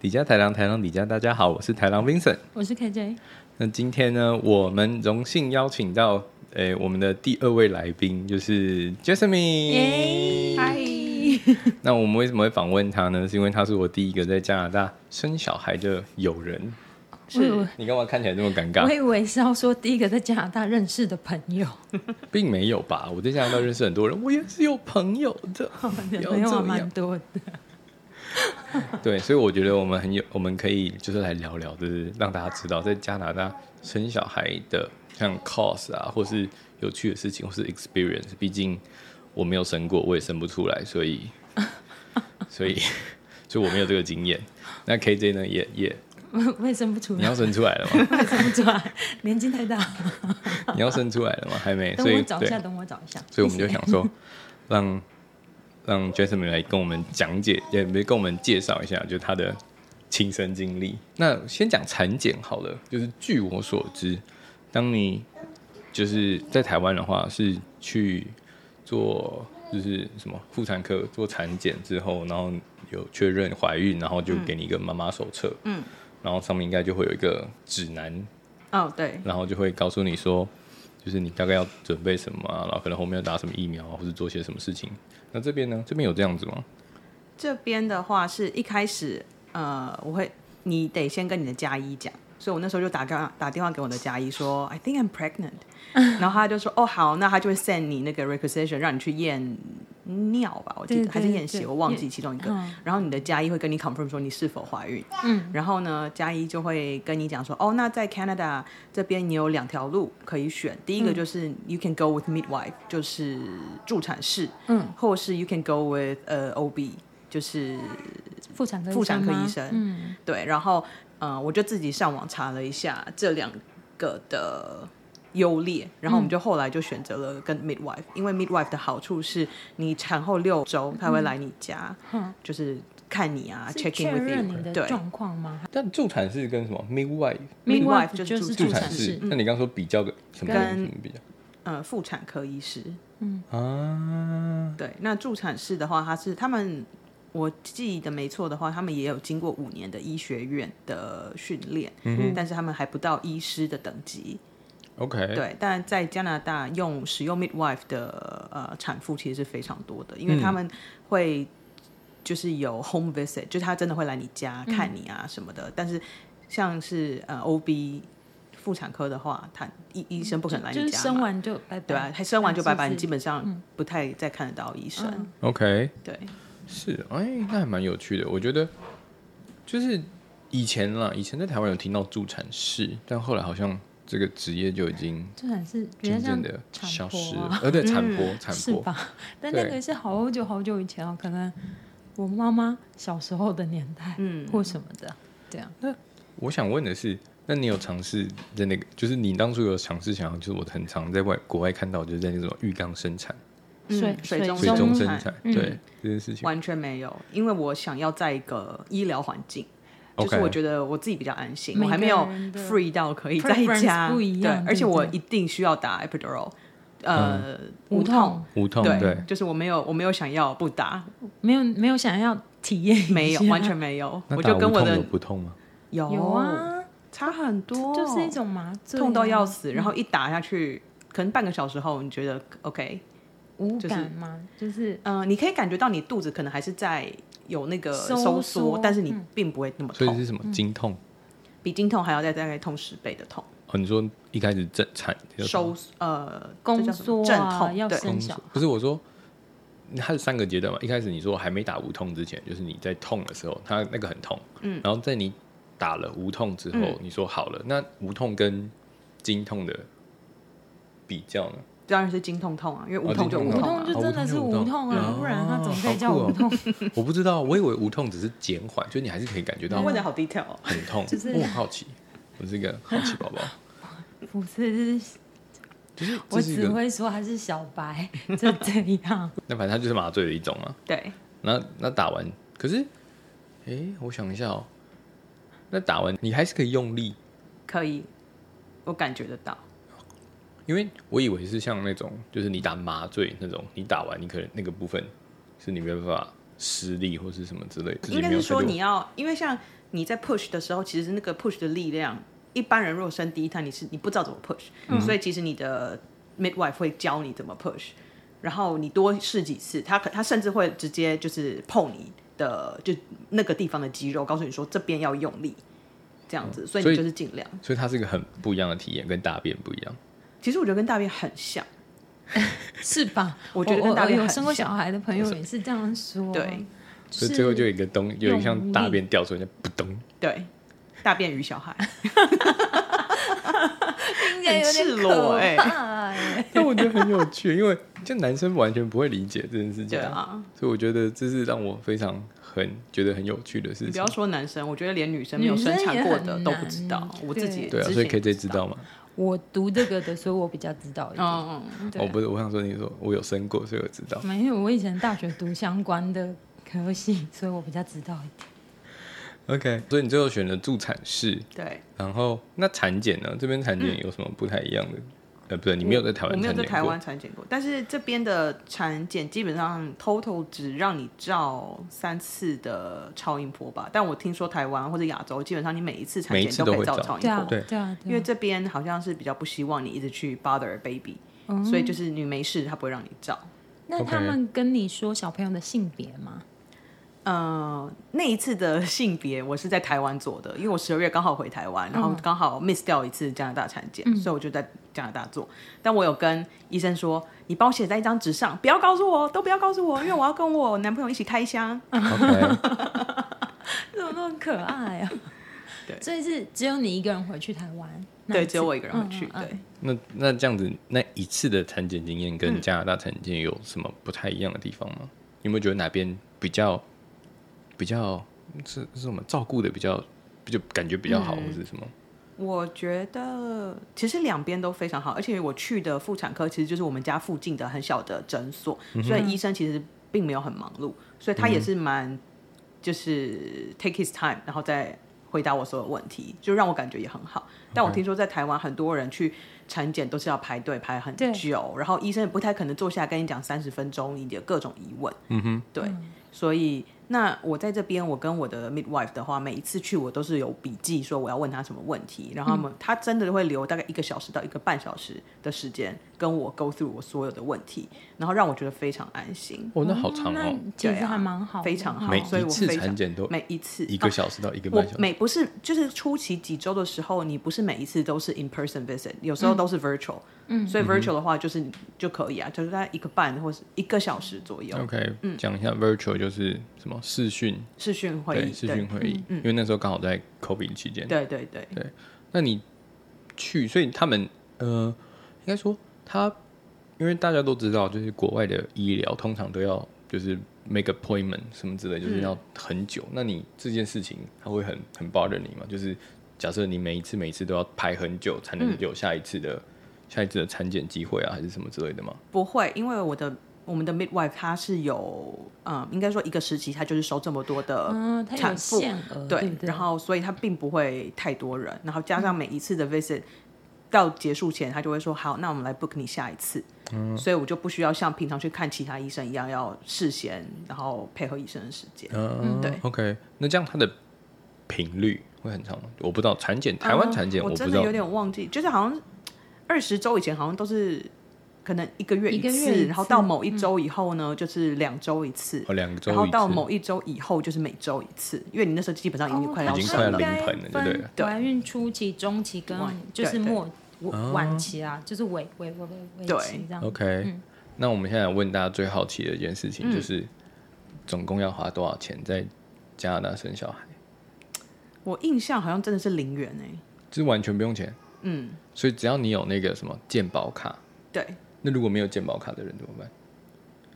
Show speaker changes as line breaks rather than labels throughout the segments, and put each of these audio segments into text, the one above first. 底家台郎，台郎底家，大家好，我是台郎 Vincent。
我是 KJ，
那今天呢，我们荣幸邀请到诶、我们的第二位来宾，就是 Jasmine。
嗨，
那我们为什么会访问他呢？是因为他是我第一个在加拿大生小孩的友人。
我以为
你干嘛看起来这么尴
嗯我
尬？
以为是要说第一个在加拿大认识的朋友，
并没有吧？我在加拿大认识很多人，我也是有朋友的。
你
要
的哦朋友
这
还
样
啊蛮多的。
对，所以我觉得我们很有，我们可以就是来聊聊，就是让大家知道在加拿大生小孩的像 cause 啊，或是有趣的事情，或是 experience。毕竟我没有生过，我也生不出来，所 以所以所以我没有这个经验。那 KJ 呢，也也
我我也生不出
你
来，
要生出来了 吗？
我也生不出来，年纪太大。
你要生出来了吗？还没，
等
所以
我找一
对
下，，等我找一下。
所以我们就想说让。让 Jasmine 来跟我们讲解，也没跟我们介绍一下，就是她的亲身经历。那先讲产检好了，就是据我所知，当你就是在台湾的话，是去做就是什么妇产科做产检之后，然后有确认怀孕，然后就给你一个妈妈手册，
嗯，
然后上面应该就会有一个指南，
哦，对，
然后就会告诉你说，就是你大概要准备什么、啊，然后可能后面要打什么疫苗啊，或者做些什么事情。那这边呢？这边有这样子吗？
这边的话是一开始，呃，我会，你得先跟你的加一讲，所以我那时候就打电话打电话给我的加一说，I think I'm pregnant，然后他就说，哦，好，那他就会 send 你那个 requisition 让你去验尿吧，我记得
对对
还是验血，
对
我忘记其中一个
嗯，
然后你的加一会跟你 confirm 说你是否怀孕，
嗯，
然后呢，加一就会跟你讲说，哦，那在 Canada 这边你有两条路可以选，
嗯
第一个就是 you can go with midwife，就是助产士，
嗯，
或是 you can go with 呃 OB，就是
妇产科医生吗
妇产科医生
嗯，
对，然后呃，我就自己上网查了一下这两个的优劣，然后我们
嗯
就后来就选择了跟 midwife，、因为 midwife 的好处是你产后六周他会来你家，
嗯
就是看你啊
是
，check
确
in with
认你
you，
的
对。
状况吗
但助产士跟什么 midwife
Midwife
就
就是
是
助
助
嗯产
产
士
士，，
嗯
那你刚说比较个什么
跟
东西比较
呃，妇产科医师，
嗯
啊？
对，那助产士的话，他是他们，我记得没错的话，他们也有经过五年的医学院的训练，嗯、但是他们还不到医师的等级。
OK，
对，但在加拿大用使用 midwife 的呃产妇其实是非常多的，因为他们会就是有 home visit，就是他真的会来你家
嗯
看你啊什么的。但是像是呃 OB 妇产科的话，他医医生不可能来
就
你
是
家
生
嘛，
完就拜拜，
对啊，他生完就拜拜，你
是
基
不
本上不太再看得到医生。
嗯
OK，
对，
是，哎，那还蛮有趣的。我觉得就是以前啦，以前在台湾有听到助产士，但后来好像这个职业就已经
是助产士比较
渐渐
像
的消
产
失
婆
了
啊。，
呃，对，产婆，产
是
婆，
吧？但那
对
个是好久好久以前哦，可能我妈妈小时候的年代，
嗯
或什么的，这样。
我想问的是，那你有尝试在那个，就是你当初有尝试想要，就是我很常在外国外看到，就是在那种浴缸生产、
嗯
水
水
水
中
水
中
中生
生
产
产，
嗯
对这件事情。
完全没有，因为我想要在一个医疗环境。就
OK
是我觉得我自己比较安心，
每
我还
个
没有
人的
free 到可以在
preference
家，
不一样
对，而且我
对不
一定需要打 epidural，呃，
无痛，
无嗯痛，
对，
对，
就是我没有，我没有想要不打，
没有没有想要体验一下，
没有，完全没有，
那
我
打
就
无
跟我
痛
的
有不痛吗？
有
有啊，
差很多，
就是一种麻醉啊、
痛到要死，然后一打下去，可能半个小时后，你觉得 OK，
无
就是
感嘛，就是
嗯，你可以感觉到你肚子可能还是在有那个
收
收
缩
缩，但是你
嗯
并不会那么
所以
痛，
是什么经痛？
比经痛还要再大概痛十倍的痛。
哦，你说一开始正产叫什么
收呃这
宫
叫什么
缩
阵
啊，
痛
要
对
生小
宫缩，不是我说，它是三个阶段嘛。一开始你说还没打无痛之前，就是你在痛的时候，它那个很痛，嗯，然后在你打了无痛之后，
嗯
你说好了，那无痛跟经痛的比较呢？
当然是经痛痛啊，因为无痛就
哦经
无
无
痛
痛
痛
啊
就。真的是无痛啊，
哦
不然它怎么可以叫
好酷哦
无 痛？
我不知道，我以为无痛只是减缓，就是你还是可以感觉到
你问的好 detail
啊
哦，
很痛。
就是
我很好奇，我是一个好奇宝 宝，
不是，就是
就是
我
这是一
只
个，
会说他是小白，就这 样。
那反正它就是麻醉的一种嘛。
对，
那那打完，可是，哎、我想一下哦，那打完你还是可以用力
可以，我感觉得到。
因为我以为是像那种，就是你打麻醉那种，你打完你可能那个部分是你没有办法施力或是什么之类，自己
应该
没有
是说
太多
你要，因为像你在 push 的时候，其实那个 push 的力量，一般人如果生第一胎，你是你不知道怎么 push，、所以
嗯
其实你的 midwife 会教你怎么 push，然后你多试几次，他可他甚至会直接就是碰你的就那个地方的肌肉，告诉你说这边要用力，这样子，所
哦
以
所
你
以
就是尽量。
所以它是一个很不一样的体验，跟大便不一样。
其实我觉得跟大便很像，
是吧？
我觉得跟大便
有
很
生过
像
小孩的朋友也是这样说，啊
对，
所以最后就有一个东，有一个像大便掉出来，就扑咚。
对，大便与小 孩。
听起来有点
很赤裸
可
欸
怕欸。
但我觉得很有趣，因为就男生完全不会理解这件事情
对，啊，
所以我觉得这是让我非常很觉得很有趣的事
你不
情
要。说男生，我觉得连女生没有
女生
生产过
也
的
很
都不
难
知道。我自己也
对
对
啊，
之前
所以可以再
也不
知道嘛。
我读这个的，所以我比较知道一点。
嗯嗯，
对
哦我不是，我想说，你说我有生过，所以我知道。
没有，我以前大学读相关的科系，所以我比较知道一点。
OK，所以你最后选了助产士，
对。
然后那产检呢？这边产检有什么不太一样的？呃，不对，你没有在台
嗯我
湾
没有
产
在
检
台
过
湾。产检过，但是这边的产检基本上 total 只让你照三次的超音波吧。但我听说台湾或者亚洲，基本上你每一次产
每一
检
次
可
都
以
会
照
照
超音
对啊，
波，
对
对啊，
因为这边好像是比较不希望你一直去 bother baby，、所
嗯
以就是你没事，他不会让你照。
那
OK
他们跟你说小朋友的性别吗？
呃，那一次的性别我是在台湾做的，因为我十二月刚好回台湾，然后刚好 miss 掉一次加拿大产检，所以我就在加拿大做。但我有跟医生说，你帮我写在一张纸上，不要告诉我，都不要告诉我，因为我要跟我男朋友一起开箱。
OK，
怎么那么可爱啊？
对
所以是只有你一个人回去台湾？那
对，
一次
只有我一个人回去。
嗯嗯嗯
对，
那那这样子，那一次的产检经验
嗯
跟加拿大产检有什么不太一样的地方吗？你有没有觉得哪边比较比较是是什么照顾的比较就感觉比较
嗯
好，或是什么？
我觉得其实两边都非常好，而且我去的妇产科其实就是我们家附近的很小的诊所，所以医生其实并没有很忙碌，所以他也是蛮就是 take his time，然后再回答我所有问题，就让我感觉也很好。但我听说在台湾很多人去产检都是要排队排很
对
久，然后医生也不太可能坐下来跟你讲三十分钟你的各种疑问，
嗯哼，
对，所以那我在这边，我跟我的 midwife 的话，每一次去我都是有笔记，说我要问他什么问题，然后
嗯
他们、他真的会留大概一个小时到一个半小时的时间跟我 go through 我所有的问题，然后让我觉得非常安心，啊
哦，那好长哦，
那其实还蛮好的，
非常好，
每
所以
一
我
次
非
产
常
检都
每一次
一个
哦
小时到一个
我
半小时。
每不是就是初期几周的时候，你不是每一次都是 in person visit，有时候都是 virtual，嗯，所以 virtual 的话就是你就可以啊，就是大概一个半或是一个小时左右
OK，讲一下 virtual 就是什么视讯，
视讯会
对，
议，
视
对嗯
讯会议，因为那时候刚好在 COVID 期间。
对对对，
那你去，所以他们呃，应该说他，因为大家都知道，就是国外的医疗通常都要就是 make appointment 什么之类，就是要很久。那你这件事情，他会很很 bother 你嘛？就是假设你每一次每一次都要排很久，才能有下一次的、下一次的产检机会啊，还是什么之类的吗？
不会，因为我的我们的 midwife 她是有，嗯，应该说一个时期她就是收这么多的
嗯，它有
产妇，
限额，
对，
不对？
然后所以她并不会太多人，然后加上每一次的 visit、到结束前，她就会说好，那我们来 book 你下一次，
嗯
所以我就不需要像平常去看其他医生一样要事先，然后配合医生的时间。
嗯，
对。
OK，那这样它的频率会很长吗？我不知道产检，台湾产检
嗯我
不
真
知
的
道
有。点忘记，就是好像二十周以前好像都是可能一个月
一个
次，
月一
然后
次嗯
到某一周以后呢，就是两周一次。
哦，两周
然后
一
到
次
某一周以后就是每周一次，因为你那时候基本上已
哦
经快要
已经
生
快要
了
临盆了对不对
对
怀孕初期、中期跟
晚
就是
对对哦
末晚晚期啊，就是尾尾尾尾尾
对
期这样。
OK，、那我们现在问大家最好奇的一件事情，就是总共要花多少钱在加拿大生小孩？
我印象好像真的是零元哎、
就是完全不用钱，
嗯，
所以只要你有那个什么健保卡，
对，
那如果没有健保卡的人怎么办？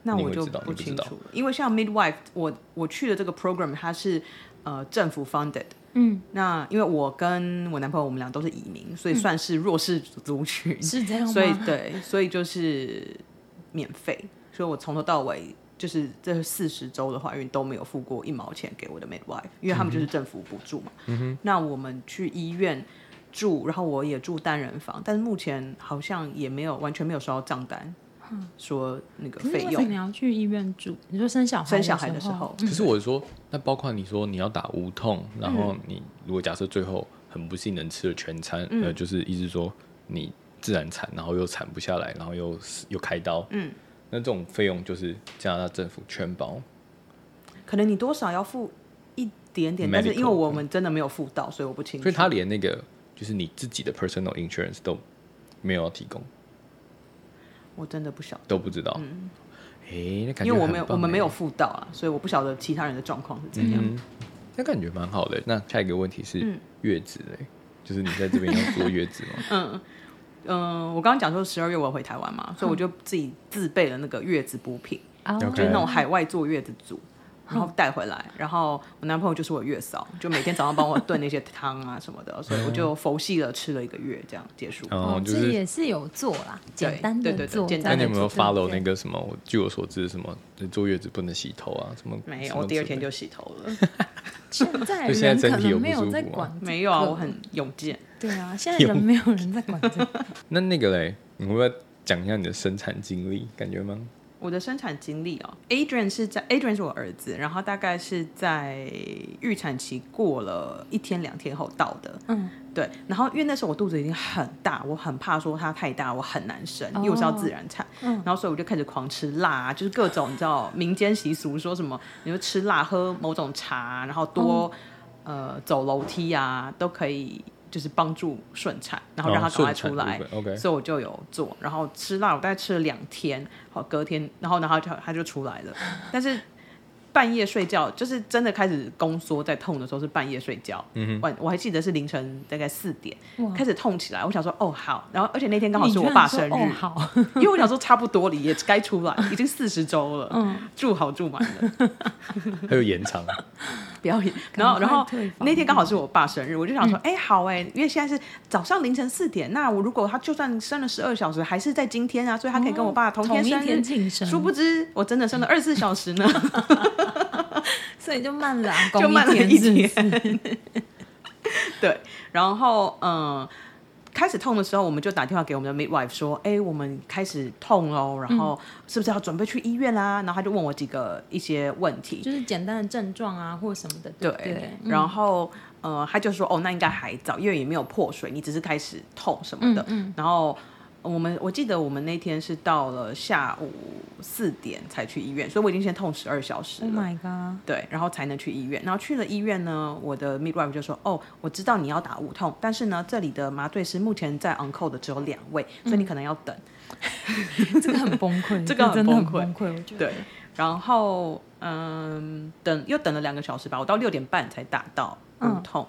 那
你
我
会
就
知道你不知
清
道
楚了，因为像 midwife，我我去的这个 program 它是呃政府 funded，
嗯，
那因为我跟我男朋友我们俩都是移民，所以算是弱势族群，
是这样哦吗？
所以对，所以就是免费，所以我从头到尾就是这四十周的怀孕都没有付过一毛钱给我的 midwife，因为他们就是政府补助嘛。那我们去医院住，然后我也住单人房，但是目前好像也没有完全没有收到账单，说那个
可是
费
为什
用
么。要去医院住？你说生小孩
生小孩的时候
候，
可是我说，那包括你说你要打无痛，然后你如果假设最后很不幸能吃了全餐，呃，就是意思说你自然产，然后又产不下来，然后又死又开刀，嗯，那这种费用就是加拿大政府全包，
可能你多少要付一点点，
Medical
但是因为我们真的没有付到，所以我不清楚。
所以他连那个就是你自己的 personal insurance 都没有提供，
我真的不晓得，
都不知道。诶，那感觉
嗯因为我
很
没有
棒欸
我们没有
诶，嗯
付到啊，所以我不晓得其他人的状况是怎样。
那感觉蛮好的。那下一个问题是月子嘞，就是你在这边要坐月子吗？
嗯，我刚刚讲说十二月我要回台湾嘛，所以我就自己自备了那个月子补品，
哦
OK
就是那种海外坐月子组，然后带回来。然后我男朋友就是我月嫂，就每天早上帮我炖那些汤啊什么的，所以我就佛系了吃了一个月，这样结束。
然嗯后就
哦这
是
也是有做啦，
对
简单
对对
的
对
做。
简
那
单
你
的
有没有
发
follow 那个什么？我据我所知，什么坐月子不能洗头啊，什么？
没
什
有，
么
我第二
之类
天
的
就洗头了。
现在
就现在
人
身
可
体有
能
不
没有
舒
在
服啊
管 这个，
没有啊，我很勇健。
对啊，现在人没有人在管这个。
那那个嘞，你会不会讲一下你的生产经历？感觉吗？
我的生产经历哦，Adrian 是在 Adrian 是我儿子，然后大概是在预产期过了一天两天后到的。
嗯，
对，然后因为那时候我肚子已经很大，我很怕说它太大，我很难生，因为我是要自然产。
嗯
然后所以我就开始狂吃辣、啊，就是各种你知道民间习俗说什么，你就吃辣，喝某种茶，然后多、呃走楼梯啊，都可以。就是帮助顺产，然后让它赶快出来。
哦顺产部分，OK
所以我就有做，然后吃辣，我大概吃了两天，好，隔天，然后然后就它就出来了，但是半夜睡觉，就是真的开始宫缩在痛的时候是半夜睡觉，嗯晚我还记得是凌晨大概四点
哇
开始痛起来，我想说哦好，然后而且 那天刚好是我爸生日，
你居然说哦好，
因为我想说差不多了，也该出 来，已经四十周了，
嗯
住好住满了，
还有延 长，
不要演。 然后，然后
退房
那天刚好是我爸生日，我就想
嗯
说，哎、好哎、因为现在是早上凌晨四点，那我如果他就算生了十二小时，还是在今天啊，所以他可以跟我爸同天
同一
生日。
天庆生嗯
殊不知我真的生了二十四小 时呢，
所以就慢了啊，
就慢了
公
一
天
天
是不 是。
对，然后嗯。开始痛的时候，我们就打电话给我们的 midwife 说：“哎、我们开始痛喽，然后
嗯
是不是要准备去医院啦、然后他就问我几个一些问题，
就是简单的症状啊，或什么的，对
对，
不对，嗯
然后呃，他就说哦，那应该还早，因为也没有破水，你只是开始痛什么的。
嗯
然后呃我们我记得我们那天是到了下午四点才去医院，所以我已经先痛十二小时
，Oh
了。
my god，
对，然后才能去医院。然后去了医院呢，我的 midwife 就说：“哦，我知道你要打无痛，但是呢，这里的麻醉师目前在 on call 的只有两位，所
嗯
以你可能要等。
这个很崩溃，
这个很
真的很
崩
崩溃，我觉得。
对，然后嗯，等又等了两个小时吧，我到六点半才打到
嗯
无痛，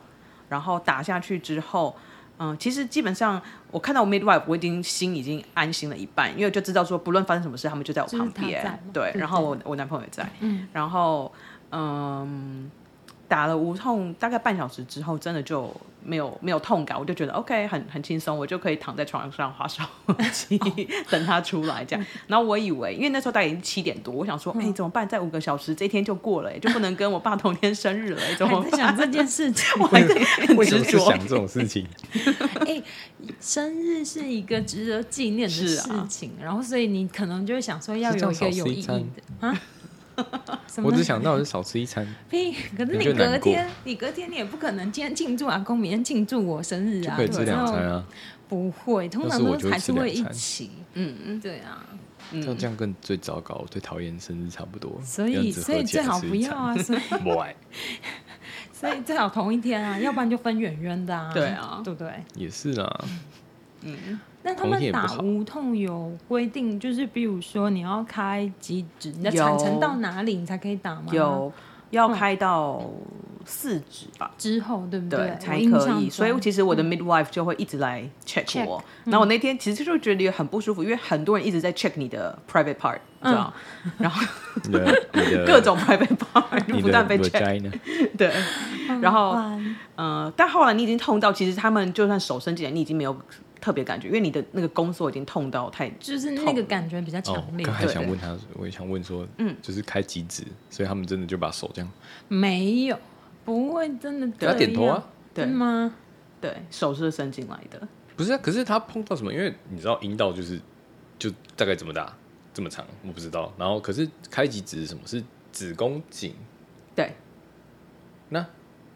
然后打下去之后。嗯，其实基本上我看到 midwife，我已经心已经安心了一半，因为就知道说不论发生什么事，他们就在我
就是
旁
他在嘛
边。对，
对
然后
对
我我男朋友也在，嗯，然后嗯，打了无痛大概半小时之后，真的就没有没有痛感，我就觉得 OK 很很轻松，我就可以躺在床上划手机、等他出来这样。然后我以为，因为那时候大概已经七点多，我想说，哎、怎么办？再五个小时，这一天就过了、哎，就不能跟我爸同天生日了、哎，怎么
还在想这
办？
件事 情，
为什么
执
是
着
想这种事 情？
哎，生日是一个值得纪念的
是啊
事情，然后所以你可能就会想说要
是这
有
样
一个
少
有
吃一
意义
餐
的 啊。什么
我只想到是少吃一餐，
屁！可是
你
你
就难过
隔天，你隔天你也不可能今天庆祝阿公，明天庆祝我生日
就
啊，
可以吃
对
两餐
然后
啊，
不会，通
但
常
是我
都
就会
还
吃
是
两
会一
餐
起。
嗯嗯，
对啊，
这样这样更最糟糕，最讨厌生日差不多，
所
这样
以
子
所以
合起
最
来
好
吃
不
一
要
餐。
啊，所以
不爱
所以最好同一天啊，要不然就分远远的啊。
对啊
对不对？
也是啦，
那他
同一天也
们
不
打
好
无痛有规定，就是比如说你要开几指，你的
有
产程到哪里你才可以打吗？
有要开到四指吧。
之后对不
对，
我
才
印
可
象
以。
中
所以其实我的 midwife 就会一直来 check
嗯 Check，嗯
我。然后我那天其实就觉得很不舒服，因为很多人一直在 check 你的 private part，你知道？
嗯
然后
你的你的
各种 private part 就
呃你
不
的
断被 check。
vagina，
对，
嗯
然后
完
呃，但后来你已经痛到，其实他们就算手伸进来，你已经没有特别感觉，因为你的那个宫缩已经痛到太
就是
痛
那个感觉比较
哦
强，烈。
刚才
对
想问他，我也想问说，嗯，就是开几指，所以他们真的就把手这样，
没有，不会真的这
他
样。
点头啊，
对
是吗？
对，手是伸进来的。
不是啊，可是他碰到什么？因为你知道阴道就是就大概怎么打，这么长，我不知道。然后可是开几指是什么？是子宫颈。
对，
那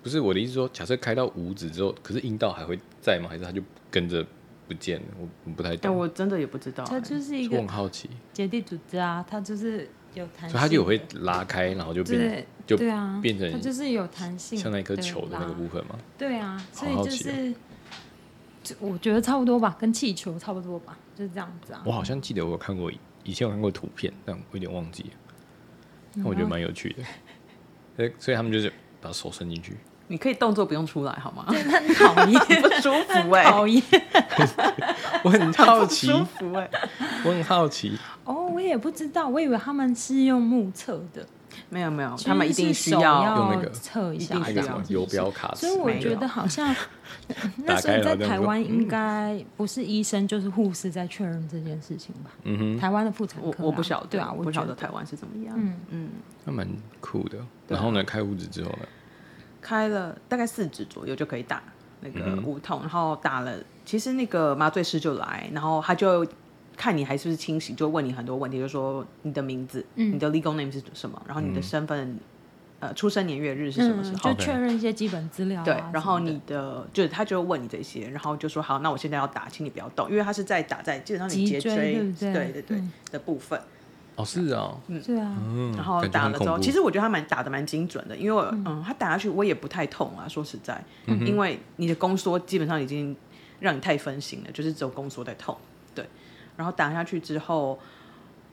不是我的意思说，假设开到五指之后，可是阴道还会在吗？还是它就跟着不见了？我我不太
但
懂，
我真的也不知
哦
道、
它
欸
就是
所
一
以我
个
很好奇。
结缔组织啊，它就是有弹性的，
所以它就有会拉开，然后就变
对
就
对啊，
变成
它就是有弹性，
像那一颗球的那个
部
部分嘛。
对啊，所以
好好
就
奇哦
是，就我觉得差不多吧，跟气球差不多吧，就是这样子啊。
我好像记得我有看过，以前有看过图片，但我有点忘记了。但我觉得蛮有趣的。所 以所以他们就是把手伸进去，
你可以动作不用出来好吗？
很 讨厌，
不舒 服哎、
讨厌。
我很好奇，
不舒服哎、
我很好奇。
哦，我也不知道，我以为他们是用目测的，
没有没有，哦他们一
其实
定
是
需
手
要
用那
要
个
测一下
一定
那
需
个
这
什
要
么
样子
游标卡尺
所以，我
没有
觉得好 像
打开然
那时候
后
在
这样
台
说嗯
湾应该不是医生就是护士在确认这件事情吧？
嗯哼，
台湾的妇产
我
科啊、
我不晓得，
对啊，我
不
觉
晓
得
得台湾是怎么样。
嗯
嗯，
那蛮酷的。
对啊
然后呢，开五指之后呢，
开了大概四指左右就可以打那个
嗯哼
无痛，然后打了，其实那个麻醉师就来，然后他就看你还是不是清醒，就问你很多问题，就说你的名字，
嗯
你的 legal name 是什么，然后你
嗯
的身份，呃，出生年月日是什么时
嗯，
候？
就确认一些基本资料、啊。
对
什么，的
然后你的就是他就问你这些，然后就说好，那我现在要打，请你不要动，因为他是在打在基本上你
脊
脊
椎对不对
对对对
嗯
的部分，
哦是啊，
对啊，
嗯，
然后
感觉
打
很
了之
恐
后，
怖
其实我觉得他蛮打的蛮精准的，因为我嗯，他打下去我也不太痛啊，说实在，
嗯
因为你的宫缩基本上已经让你太分心了，就是只有宫缩在痛，对。然后打下去之后，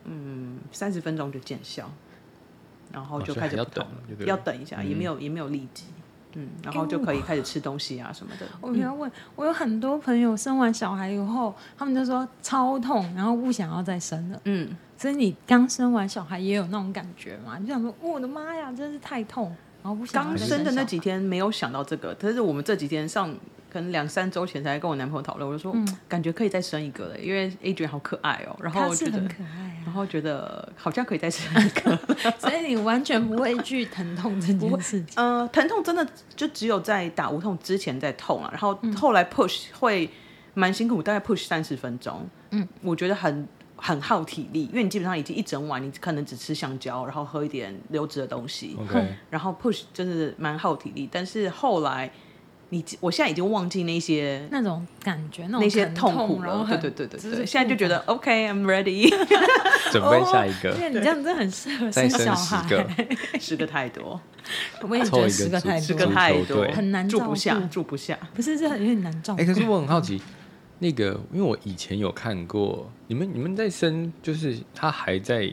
嗯，三十分钟就见效，然后
哦
就
所以
开始
还要
不痛
等
了
就对了
要等一下，也没有也没有立即，嗯，然后就可以开始吃东西啊什么的。
我要问，我有很多朋友生完小孩以后，他们就说超痛，然后不想要再生了。
嗯，
所以你刚生完小孩也有那种感觉嘛？你就想说，哦我的妈呀，真是太痛，然后不想要
刚
再
生的那
小
几
孩
天没有想到这个，但是我们这几天上可能两三周前才跟我男朋友讨论，我就说、感觉可以再生一个了，因为 A 卷好可爱哦、然后
他
我觉
是
得
很，可爱
然后觉得好像可以再生 一个。
啊，所以你完全不会去疼痛这件事 情。
呃，疼痛真的就只有在打无痛之前在痛啊，然后后来 push 会蛮辛苦，大概 push 三十分钟。嗯，我觉得很很耗体力，因为你基本上已经一整晚，你可能只吃香蕉，然后喝一点流质的东西。
OK，
然后 push 真的是蛮耗体力，但是后来你我现在已经忘记那些
那种感觉，那
那
种
些
疼
痛
痛
苦
然
了
后，
对
很
对对对
就
对，
是哦
现在就
痛
觉得 OK，I'm ready，
准备下一个
苦，因
哦
为你这样真的很适合
再
生小
生十
孩。
个，
十个 太多，
我也觉
凑
得
一
十
个
个
足
太
足
十
多
个
球
了，
太
队
多，
很难
住
照
不下
顾，
住不下。
不是这很有点难照
哎、
顾。
可是我很好奇，那个，因为我以前有看过你们，你们在生，就是他还在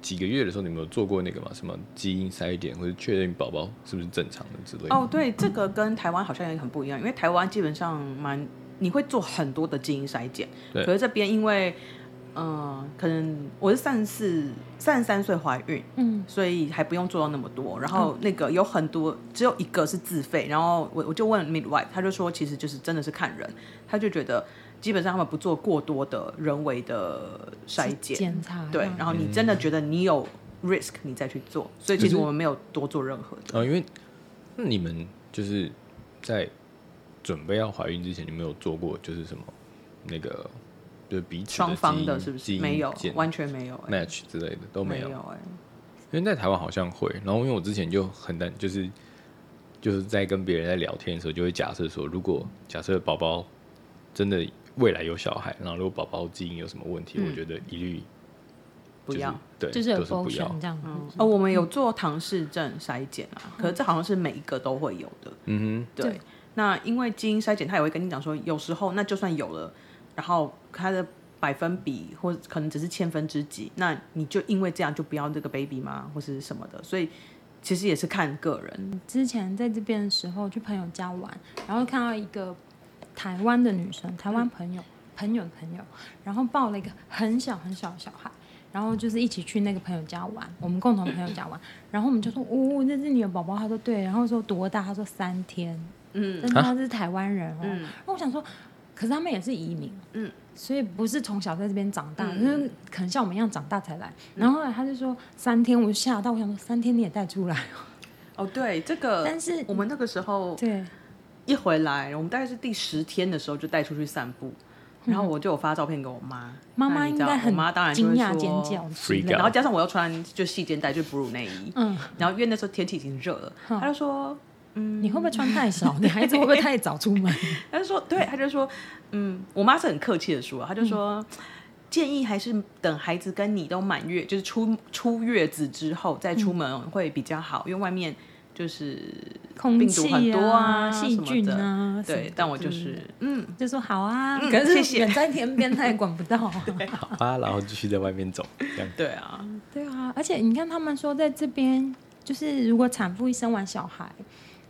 几个月的时候，你们有做过那个吗？什么基因筛检，或者确认宝宝是不是正常的之类的？
哦，对，这个跟台湾好像也很不一样，因为台湾基本上蛮你会做很多的基因筛检，
对
可是这边因为嗯、呃可能我是三十四、三十三岁怀孕，
嗯，
所以还不用做到那么多。然后那个有很多，只有一个是自费。然后我我就问 midwife，他就说其实就是真的是看人，他就觉得基本上他们不做过多的人为的筛检，嗯
检查
对。然后你真的觉得你有 risk，你再去做。所以其
可是
实我们没有多做任何的。
啊、因为那你们就是在准备要怀孕之前，你们有做过就是什么那个就是彼此
双
基
方
因
的是不
基
是
因
没有
检，
完全没有、欸，
match 之类的都没有。
哎、
因为在台湾好像会，然后因为我之前就很担，就是就是在跟别人在聊天的时候，就会假设说，如果假设宝宝真的未来有小孩，然后如果宝宝基因有什么问题，
嗯
我觉得一律、
不
就是、
要。
对，
就是
都
有
是不
abortion
要。
这样子。
嗯哦，我们有做唐氏症筛检啊，可是这好像是每一个都会有的。
嗯
对，
对
那因为基因筛检，他也会跟你讲说，有时候那就算有了，然后它的百分比或可能只是千分之几，那你就因为这样就不要这个 baby 吗，或是什么的，所以其实也是看个人。
之前在这边的时候去朋友家玩，然后看到一个台湾的女生，台湾朋友、朋友的朋友，然后抱了一个很小很小的小孩。然后就是一起去那个朋友家玩，我们共同朋友家玩。然后我们就说：“哦，那是你的宝宝。”他说：“对。”然后说多大？他说三天。
嗯
但是他是台湾人哦。
嗯
然后我想说，可是他们也是移民，
嗯，
所以不是从小在这边长大，
嗯
就是可能像我们一样长大才来。然后后来他就说三天，我就吓到，我想说三天你也带出来，
哦，对，这个，
但是
我们那个时 候
对，
一回来，我们大概是第十天的时候就带出去散步，然后我就有发照片给我妈，
嗯妈
那
妈
你
应
知道
该很
我妈当然就
惊
会
讶
说
尖叫之
Freak
类的。
out
然后加上我又穿就细肩带，就哺乳内衣，
嗯，
然后因为那时候天气已经热了，她就说，
你会不会穿太少？ 你孩子会不会太早出 门？
她就说，对，她就说，嗯，我妈是很客气的说，她就
嗯
说。建议还是等孩子跟你都满月，就是出出月子之后再出门会比较好，因为外面就是
空
病毒很
气
多啊什
细
么
菌
的
啊，什么
对
的，
但我就是嗯，
就说好啊，
嗯
可
谢
是
谢
远在天边他也管不到 啊。
好吧，然后继续在外面走，这样
对啊，
对啊，而且你看他们说在这边，就是如果产妇一生完小孩，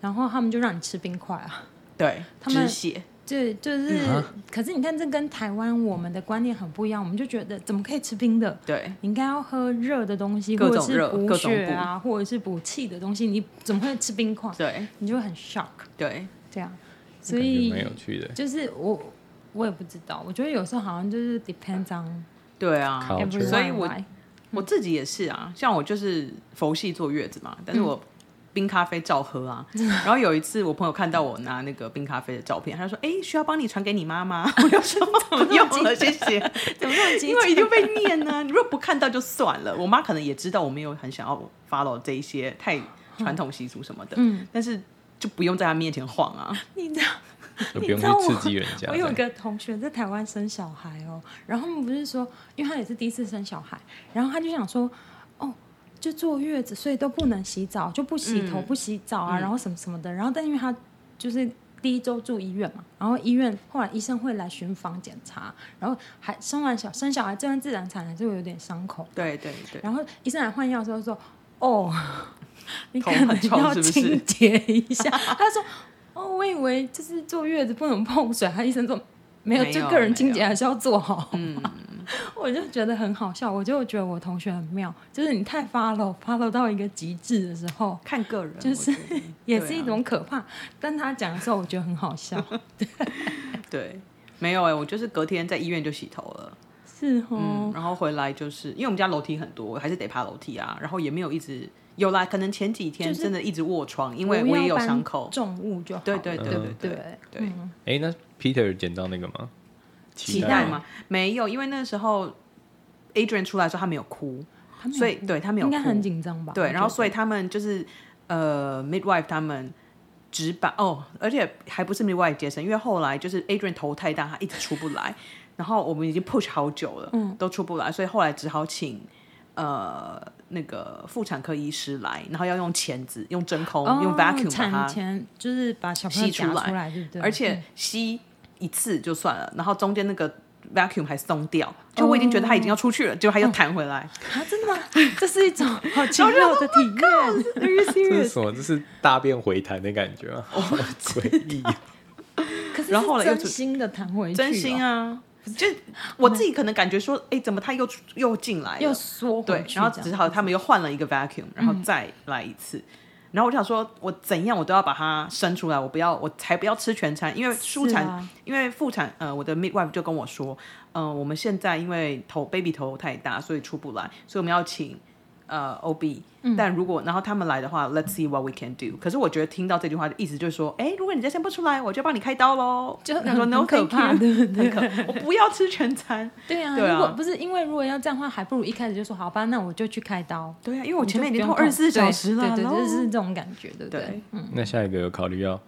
然后他们就让你吃冰块啊，
对，
他们
止血，
就就是、
啊
可是你看这跟台湾我们的观念很不一样，我们就觉得怎么可以吃冰的？
对，
你应该要喝热的东西，
各
或者
种
是
热
补
各种
血啊，或者是补气的东西，你怎么会吃冰块？
对，
你就会很 shock，
对，
这样，所
感觉
以
蛮有趣的。
就是我我也不知道，我觉得有时候好像就是 depends on
对啊，
好
everyone，
所以我
right？
我自己也是啊，像我就是佛系坐月子嘛，但
嗯
是我冰咖啡照 喝啊。然后有一次我朋友看到我拿那个冰咖啡的照片，他就说：“哎、需要帮你传给你妈 妈。” 我就说：“不用了，谢谢。
怎么 那么”激
因为一定被念呢、你如果不看到就算了。我妈可能也知道我没有很想要 follow 这一些太
嗯
传统习俗什么的，嗯，但是就不用在她面前晃 啊。
你知道？
就
你
不用
知道
去
我
刺激人家。
我有一
这样
个同学在台湾生小孩哦，然后他们不是说，因为他也是第一次生小孩，然后他就想说，哦，就坐月子，所以都不能洗澡，就不洗头、
嗯
不洗澡啊，然后什么什么的。然后但因为他就是第一周住医院嘛，然后医院后来医生会来巡房检查，然后还生完小生小孩，就算自然产还是会有点伤口，
对对对，
然后医生来换药的时候说：“哦， 你可
头
能
很臭
要
是不是
清洁一下。他说：“哦，我以为就是坐月子不能碰水。”他医生说：“没有，
没
就
有
个人
没
清洁
有嗯
还是要做好。”我就觉得很好笑，我就觉得我同学很妙，就是你太 follow follow 到一个极致的时候，
看个人，
就是
我觉得
也
对
是一
啊
种可怕。但他讲的时候，我觉得很好 笑，
对。没有哎、我就是隔天在医院就洗头了。
是哦。
嗯，然后回来就是因为我们家楼梯很多，我还是得爬楼梯啊。然后也没有一直有啦，可能前几天
就是
真的一直卧床，因为
不
我
要
也有
搬
伤口。
重物就好
对
了。
对对
对
对
对
对对
嗯
哎，那 Peter 捡到那个吗？
脐带吗？？没有，因为那时候 Adrian 出来的时候他没有哭，
他没有
所以对他没有
应该很
哭。
紧张吧？
对，然后所
以
以他们就是呃 midwife 他们值班哦，而且还不是 midwife 接生，因为后来就是 Adrian 头太大，他一直出不来，然后我们已经 push 好久了，
嗯
都出不来，所以后来只好请呃那个妇产科医师来，然后要用钳子、用真空、哦用 vacuum 把
哦产
它
前就是把小朋友
吸出
夹
来
出来，对不对？嗯
而且吸一次就算了，然后中间那个 vacuum 还松掉，
哦
就我已经觉得他已经要出去了，结果他又弹回来。
啊，真的吗？ 这是一种好奇妙的体 验。
Are，Oh you
这
serious？
是什么？这是大便回弹的感觉吗？
哦
好诡异哦！
可是
然后后
是
来又
真
出
心的弹回去，哦
真心，啊，就我自己可能感觉说，哎，怎么他又出又进来
又
了？
缩回
对，
去这
然后
样，嗯
只好他们又换了一个 vacuum，然后再来一次。然后我就想说，我怎样我都要把它生出来，我不要，我才不要吃全餐，因为
舒
蔬产因为妇产，呃，我的 midwife 就跟我说，嗯、我们现在因为头 baby 头太大，所以出不来，所以我们要请呃 OB、但
嗯
如果然后他们来的话，Let's see what we can do。可是我觉得听到这句话的意思就是说，哎，如果你再生不出来，我就帮你开刀喽。
就
他说
很
No
可
thank
怕，
you，
对不对？
我不要吃全餐。
对啊，
对啊
如果不是因为如果要这样的话，还不如一开始就说好吧，那我就去开刀。
对啊，因为我
你
前面已
就
经
不
痛
用
二十四
对
小时了，
对对，
喽
就是这种感觉，对不嗯
对？
那下一个有考虑要？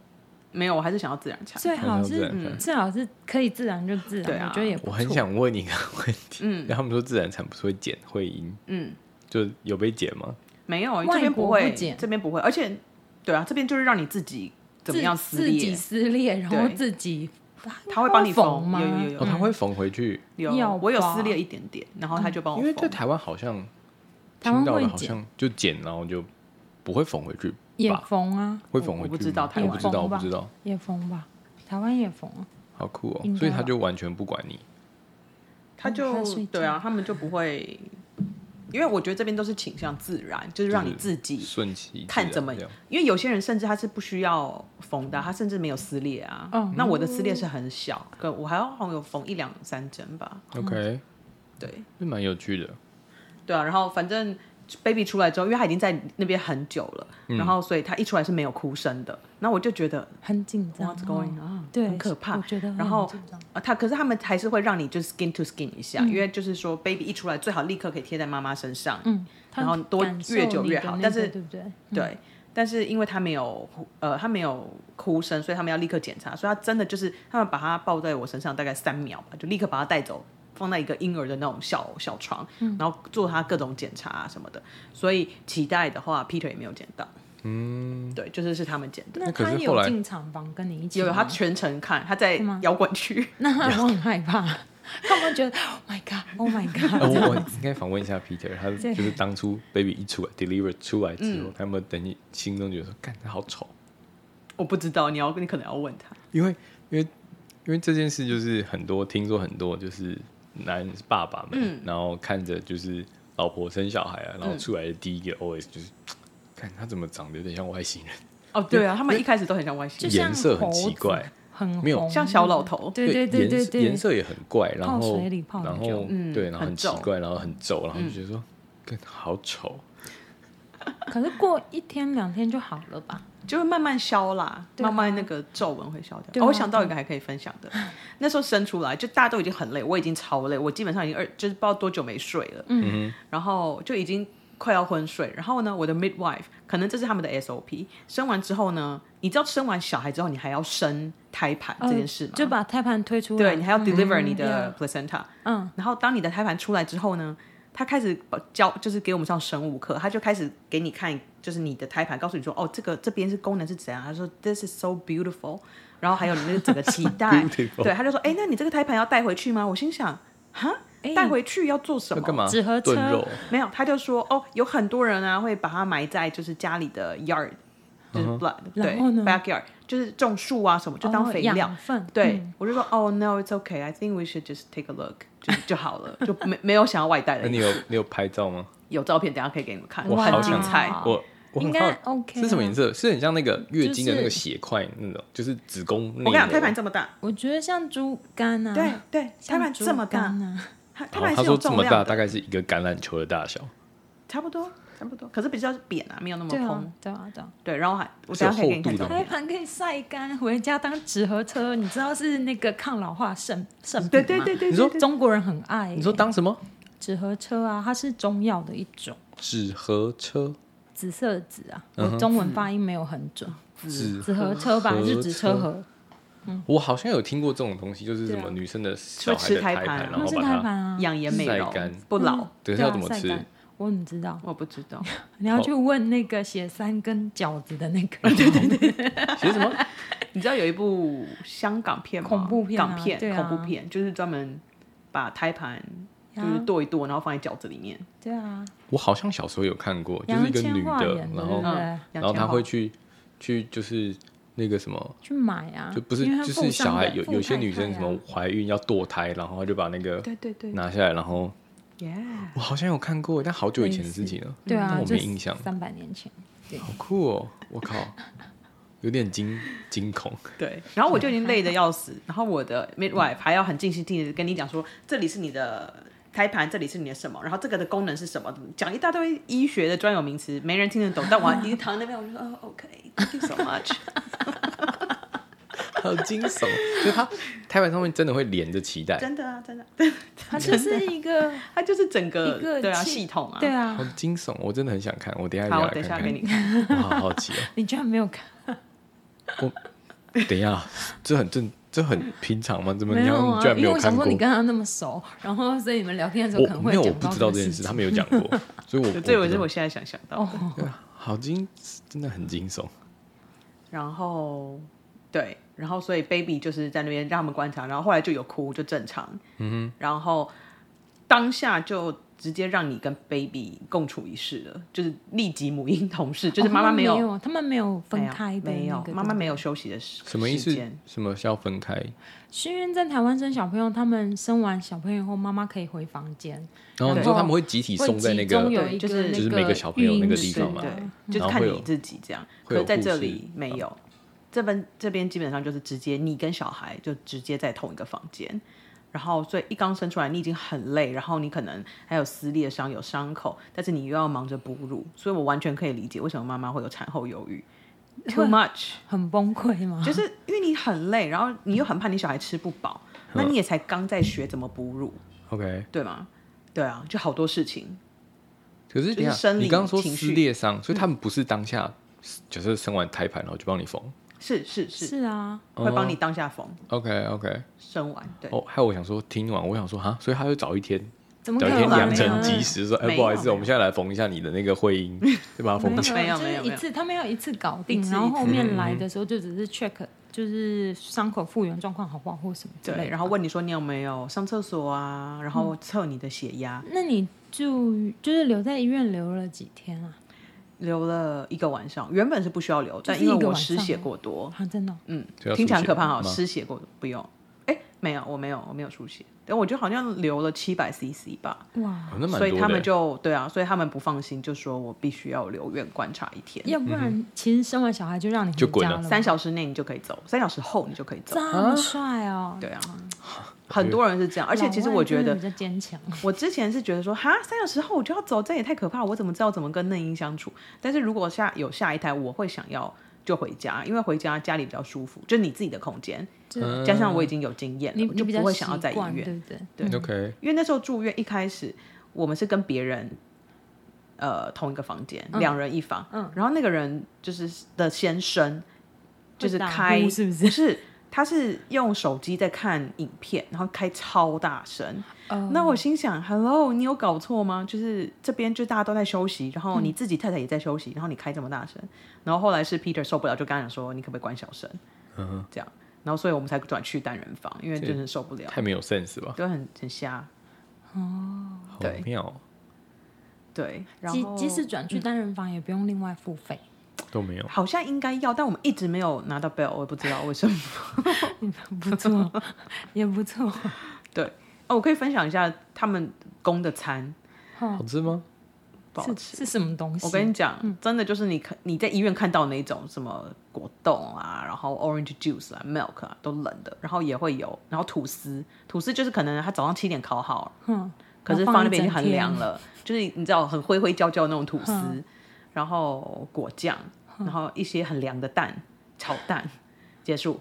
没有，我还是想要自然产。
最好
自
是
然产
最好是可以自然就自
嗯对
然，
啊
我觉得也不
嗯我
错。
很想问你一个问题，嗯，他们说自然产不是会剪会阴，
嗯，
就有被剪吗？
没有，
国
这边会，
不剪
这边不会，而且对啊，这边就是让你自己怎么样
自
撕
自己
裂，
撕裂，然后
对
自己
他会帮你
他会缝吗
有有有有
哦，他会缝回去，
有，
要吧嗯
我有撕裂一点点，然后他就帮我
因
哦缝。
为在台湾好像
台
听
湾
到的
会
好
剪
像就剪，然后就不会缝回去
也
吧？
缝啊，
会缝回去吗？
我不知道台
我
湾
不知道，我不
也缝吧
知道，
也缝吧，台湾也缝啊。
好酷
应
哦！
该
所以他
吧
就完全不管你，
哦他
他就
睡觉
对啊，他们就不会，因为我觉得这边都是倾向自然，就是啊让你自己
顺其
看
怎
怎么。因为有些人甚至他是不需要缝的，他甚至没有撕裂啊。
嗯
那我的撕裂是很小，可我还要好像有缝一两三针吧。
嗯
OK，
对
是蛮有趣的。
对啊，然后反正 baby 出来之后，因为他已经在那边很久了，然后所以他一出来是没有哭声的。那我就觉得
很紧张啊
What's。going on？
对，
很可怕。
我觉得会
然后
很紧张嗯
啊，他可是他们还是会让你就是 skin to skin 一下，因为就是说 baby 一出来最好立刻可以贴在妈妈身上。
嗯，他
然后多
感受
越久
你
越
的
好
那
但
个
是
对不对？
对，但是因为他没有呃，他没有哭声，所以他们要立刻检查，所以他真的就是他们把他抱在我身上大概三秒吧，就立刻把他带走，放在一个婴儿的那种小小床，然后做他各种检查啊什么的。所以脐带的话，Peter 也没有检到。嗯，对，就是是他们检的。
那
那
可
他
是
也
后
有
来
进厂房跟你一起
有
吗，
有他全程看，他 在
吗
摇滚区。
那我很害怕，他们觉得 Oh my God，Oh my
呃
God，
我我应该访问一下 Peter，他 就是当初 Baby 一出来 Deliver 出来
嗯
之后，他们等于心中觉得说，干他好丑，
我不知道，你要你可能要问他。
因为因为因为这件事就是很多听说很多就是男爸爸们，
嗯
然后看着就是老婆生小孩啊，然后出来的第一个 always 就是，看他怎么长得有点像外星人，
哦，对啊，他们一开始都很像外星
就
人，
像
颜色很
猴
奇
子
怪，
很
没有
红
像小老头。
对对对对
颜色
对，
颜色也很怪，然
泡
后
水里泡很
然
久嗯
后对，然后很
很
奇
皱
怪，然后很皱，然后就觉得说，干好丑，
可是过一天两天就好了吧？
就会慢慢消啦，
对啊
慢慢那个皱纹会消
对
掉。
啊
哦，我想到一个还可以分享的， 那时候生出来就大家都已经很累，我已经超累，我基本上已经二就是不知道多久没睡了，嗯，然后就已经快要昏睡。然后呢，我的 midwife 可能这是他们的 SOP，生完之后呢，你知道生完小孩之后你还要生胎盘这件事吗？
呃哦就把胎盘推出来，
对你还要 deliver 你
要
的 placenta，
嗯，
然后当你的胎盘出来之后呢，他开始把教，就是给我们上生物课，他就开始给你看，就是你的胎盘，告诉你说，哦，这个这边是功能是怎样。他说，This is so beautiful。然 后还有你那个整个脐带
Beautiful，
对，他就说，哎，那你这个胎盘要带回去吗？我心想，哈，
哎
带回去要做什
要
么？
干嘛？
纸盒车
炖肉，
没有，他就说，哦，有很多人啊会把它埋在就是家里的 yard，就是
嗯
blood，、对
然后呢
，backyard，就是种树啊什么，就当
哦
肥料。
养分，
对，
嗯
我就说哦、n o it's okay. I think we should just take a look 就 就好了，就没没有想要外带
那
的。
你有你有拍照吗？
有照片，等一下可以给你们看，
我
很
好
精
想
彩。
好
我我很
应该
好
OK 啊
是什么颜色？是很像那个月经的那
就
个
是
血块那种，就是子宫那一
我跟你讲，
类
胎盘这么大，
我觉得像猪肝啊，
对对，胎
像
盘
猪
这么大
肝，啊，
它胎
然后
盘
哦他
是
说
有
这
重
么大，
量
大
的，
概是一个橄榄球的大小，
差不多差不多，可是比较扁啊，没有那么
对
蓬
啊。对啊对啊，
对，然后还我
是有
等一下可以给
厚
你看
度的
照
胎
片。
盘可以晒干，回家当纸盒车，你知道是那个抗老化圣圣品
对对
吗
对对，
你说
对对
中国人很爱欸，
你说当什么
纸盒车啊，它是中药的一种，
纸盒车？
紫色的紫啊，
嗯
我中文发音没有很准，
纸
紫嗯盒车吧，
盒
还是纸车
车
盒？
我好像有听过这种东西，就是什
对
么
啊
女生的小孩
吃
的
胎
胎
盘
盘，
啊
然
那
后
是
把
胎盘
它
啊，
养颜美
晒
容
干
不老，
等一
对
下
啊
怎么
晒
吃？
干我怎么知道？
我不知道。
你要
好
去问那个写三根饺子的那个对对对
写什么？
你知道有一部香港片吗？
恐怖片啊
港片
对、啊
恐怖片，就是专门把胎盘就是
啊
剁一剁，然后放在饺子里面。
对啊，
我好像小时候有看过，就
杨
是一个
千
女
嬅
的
演，的
然
对不
后
对
嗯，
哦然后她
她
会去去就是那个什么。
去买啊，
就不是
因为它
就是
附
小
上
孩
了
有
附
有些
太
女
太
生什
啊
么怀孕要堕胎，然后她就把那个
对对对
拿下来，然后
，Yeah。
我好像有看过，但好久以前的事情了，
对啊，
但我没印象，
三百年前，
好酷哦！我靠，有点惊惊恐。
对，然后我就已经累得要死，然后我的 midwife 还要很尽心尽力的跟你讲说，这里是你的胎盘，这里是你的什么，然后这个的功能是什么，讲一大堆医学的专有名词，没人听得懂，但我还已经躺在那边，我就说，哦，OK，thank you so much。
好惊悚！就它胎盘上面真的会连着脐带，
真的啊，真的，
它就是一 个
它就是整个
一个
对啊
器
系统啊，
对
好
啊，
惊悚！哦我真的很想看，我等一下
好，
要
我
来
等一下
看
给
看。
你看，
我好好奇哦！
你居然没有看？
等一下，这很正，这很平常吗？怎么你
没有
要你
啊
居，然没
因为我
看
想
过
说？你跟他那么熟，然后所以你们聊天的时候可
我
能会
没有，我
讲
不
到
知道这
这
件
个事
事，
情
他没有讲 过，所以我
这
我
我
不
是
懂
我现在想想到的，
好惊，真的很惊悚。
然后对，然后所以 baby 就是在那边让他们观察，然后后来就有哭就正常，嗯哼，然后当下就直接让你跟 baby 共处一室了，就是立即母婴同室，就是
哦
妈
他
妈
们没
有。
他们没有
没
分
有
开的
没
那
有
个，
妈妈
对
没有休息的时
什么意
时
思
间？
什么是要分开？
是因为在台湾生小朋友，他们生完小朋友以后，妈妈可以回房间，
然后你
对
说他们会集体
会
送在那
集中
个，
有一个
对就是
那
就是每个小朋
育
友那
婴
个
室
地
对
方嘛
的
对，就是
嗯然后
看
会
你
有
自己这样。
会
可
有
是在
护
这
士嗯
里没有，这边这边基本上就是直接你跟小孩就直接在同一个房间，然后所以一刚生出来你已经很累，然后你可能还有撕裂伤、有伤口，但是你又要忙着哺乳，所以我完全可以理解为什么妈妈会有产后忧郁。Too much，
很崩溃吗？
就是因为你很累，然后你又很怕你小孩吃不饱，那
嗯
你也才刚在学怎么哺乳，
OK，
对吗？对啊，就好多事情，
可是
就是生理
你刚刚说
情
撕
绪嗯
裂伤，所以他们不是当下就是生完胎盘然后就帮你缝。
是是是，
是啊，
会
哦
帮你当下缝
OK OK，
生完，对，
哦，还有我想说，听完我想说哈，所以他会早一天，
怎么
早
可
一天
能
啦
良
没有
辰
啊
吉时说，哎，
没
不好意
有
思，我们现在来缝一下你的那个会 阴，就把它缝起来。
没有
就
没有
是
没有
一次他们要一次搞
一
定，
次
然后
一次
后面来的时候就只是 check，就是伤口复原状况好不好或什么之类
对，
的。
然后问你说你有没有上厕所啊，
嗯
然后测你的血压，
那你就就是留在医院留了几天啊？
留了一个晚上，原本是不需要留，但
是
因
一
为
个
我
晚
失
上
血
吗
过多，
啊，真的哦、
嗯
就要，
听起来
输
很
血
可怕哈，
吗
失血过多不用，哎，没有，我没有，我没有输血，但我就好像留了七百 CC 吧，
哇！
哦那蛮
所以
多
他
的
们
欸。
就对啊，所以他们不放心，就说我必须要留院观察一天，
要不然其实生完小孩就让你
就
回
滚
家
了
了，
三小时内你就可以走，三小时后你就可以走
这，么帅哦！
对啊，很多人是这样，而且其实
老
我
外
觉
真的
得
比较坚强，
我之前是觉得说，哈，三小时后我就要走，这也太可怕了，我怎么知道怎么跟嫩婴相处？但是如果下有下一胎，我会想要就回家，因为回家家里比较舒服，就你自己的空间，
就
加上我已经有经验
嗯你
了，我
你
嗯就
比
不
较
会想要在医
习惯
院，
对不对？嗯
对
嗯 OK，
因为那时候住院一开始我们是跟别人。呃，同一个房间，两人一房。嗯，然后那个人就是的先生，就是
会打
开
呼是不是
不是，他是用手机在看影片，然后开超大声。
哦
那我心想，Hello，你有搞错吗？就是这边就大家都在休息，然后你自己太太也在休息，然后你开这么大声。然后后来是 Peter 受不了，就跟他讲说，你可不可以关小声？嗯，这样。然后所以我们才转去单人房，因为真的受不了，
太没有 sense 吧？
就很很瞎。
好
对
妙哦，
对，然
即
后嗯
即使转去单人房，也不用另外付 费。
都没有。
好像应该要，但我们一直没有拿到 bell，我也不知道为什么。
不错，也不错。
对，哦，我可以分享一下他们供的餐
好吃吗？
不好
是
吃。
是什么东西？
我跟你讲，真的就是你看你在医院看到那种什么果冻啊，然后 orange juice 啊，milk 啊，都冷的，然后也会有，然后吐司，吐司就是可能他早上七点烤好，
嗯，
可是
然后放
放那
一
边已经
整
很凉
天
了，就是你知道很灰灰焦焦的那种吐司，然后果酱，然后一些很凉的蛋，炒蛋，结束。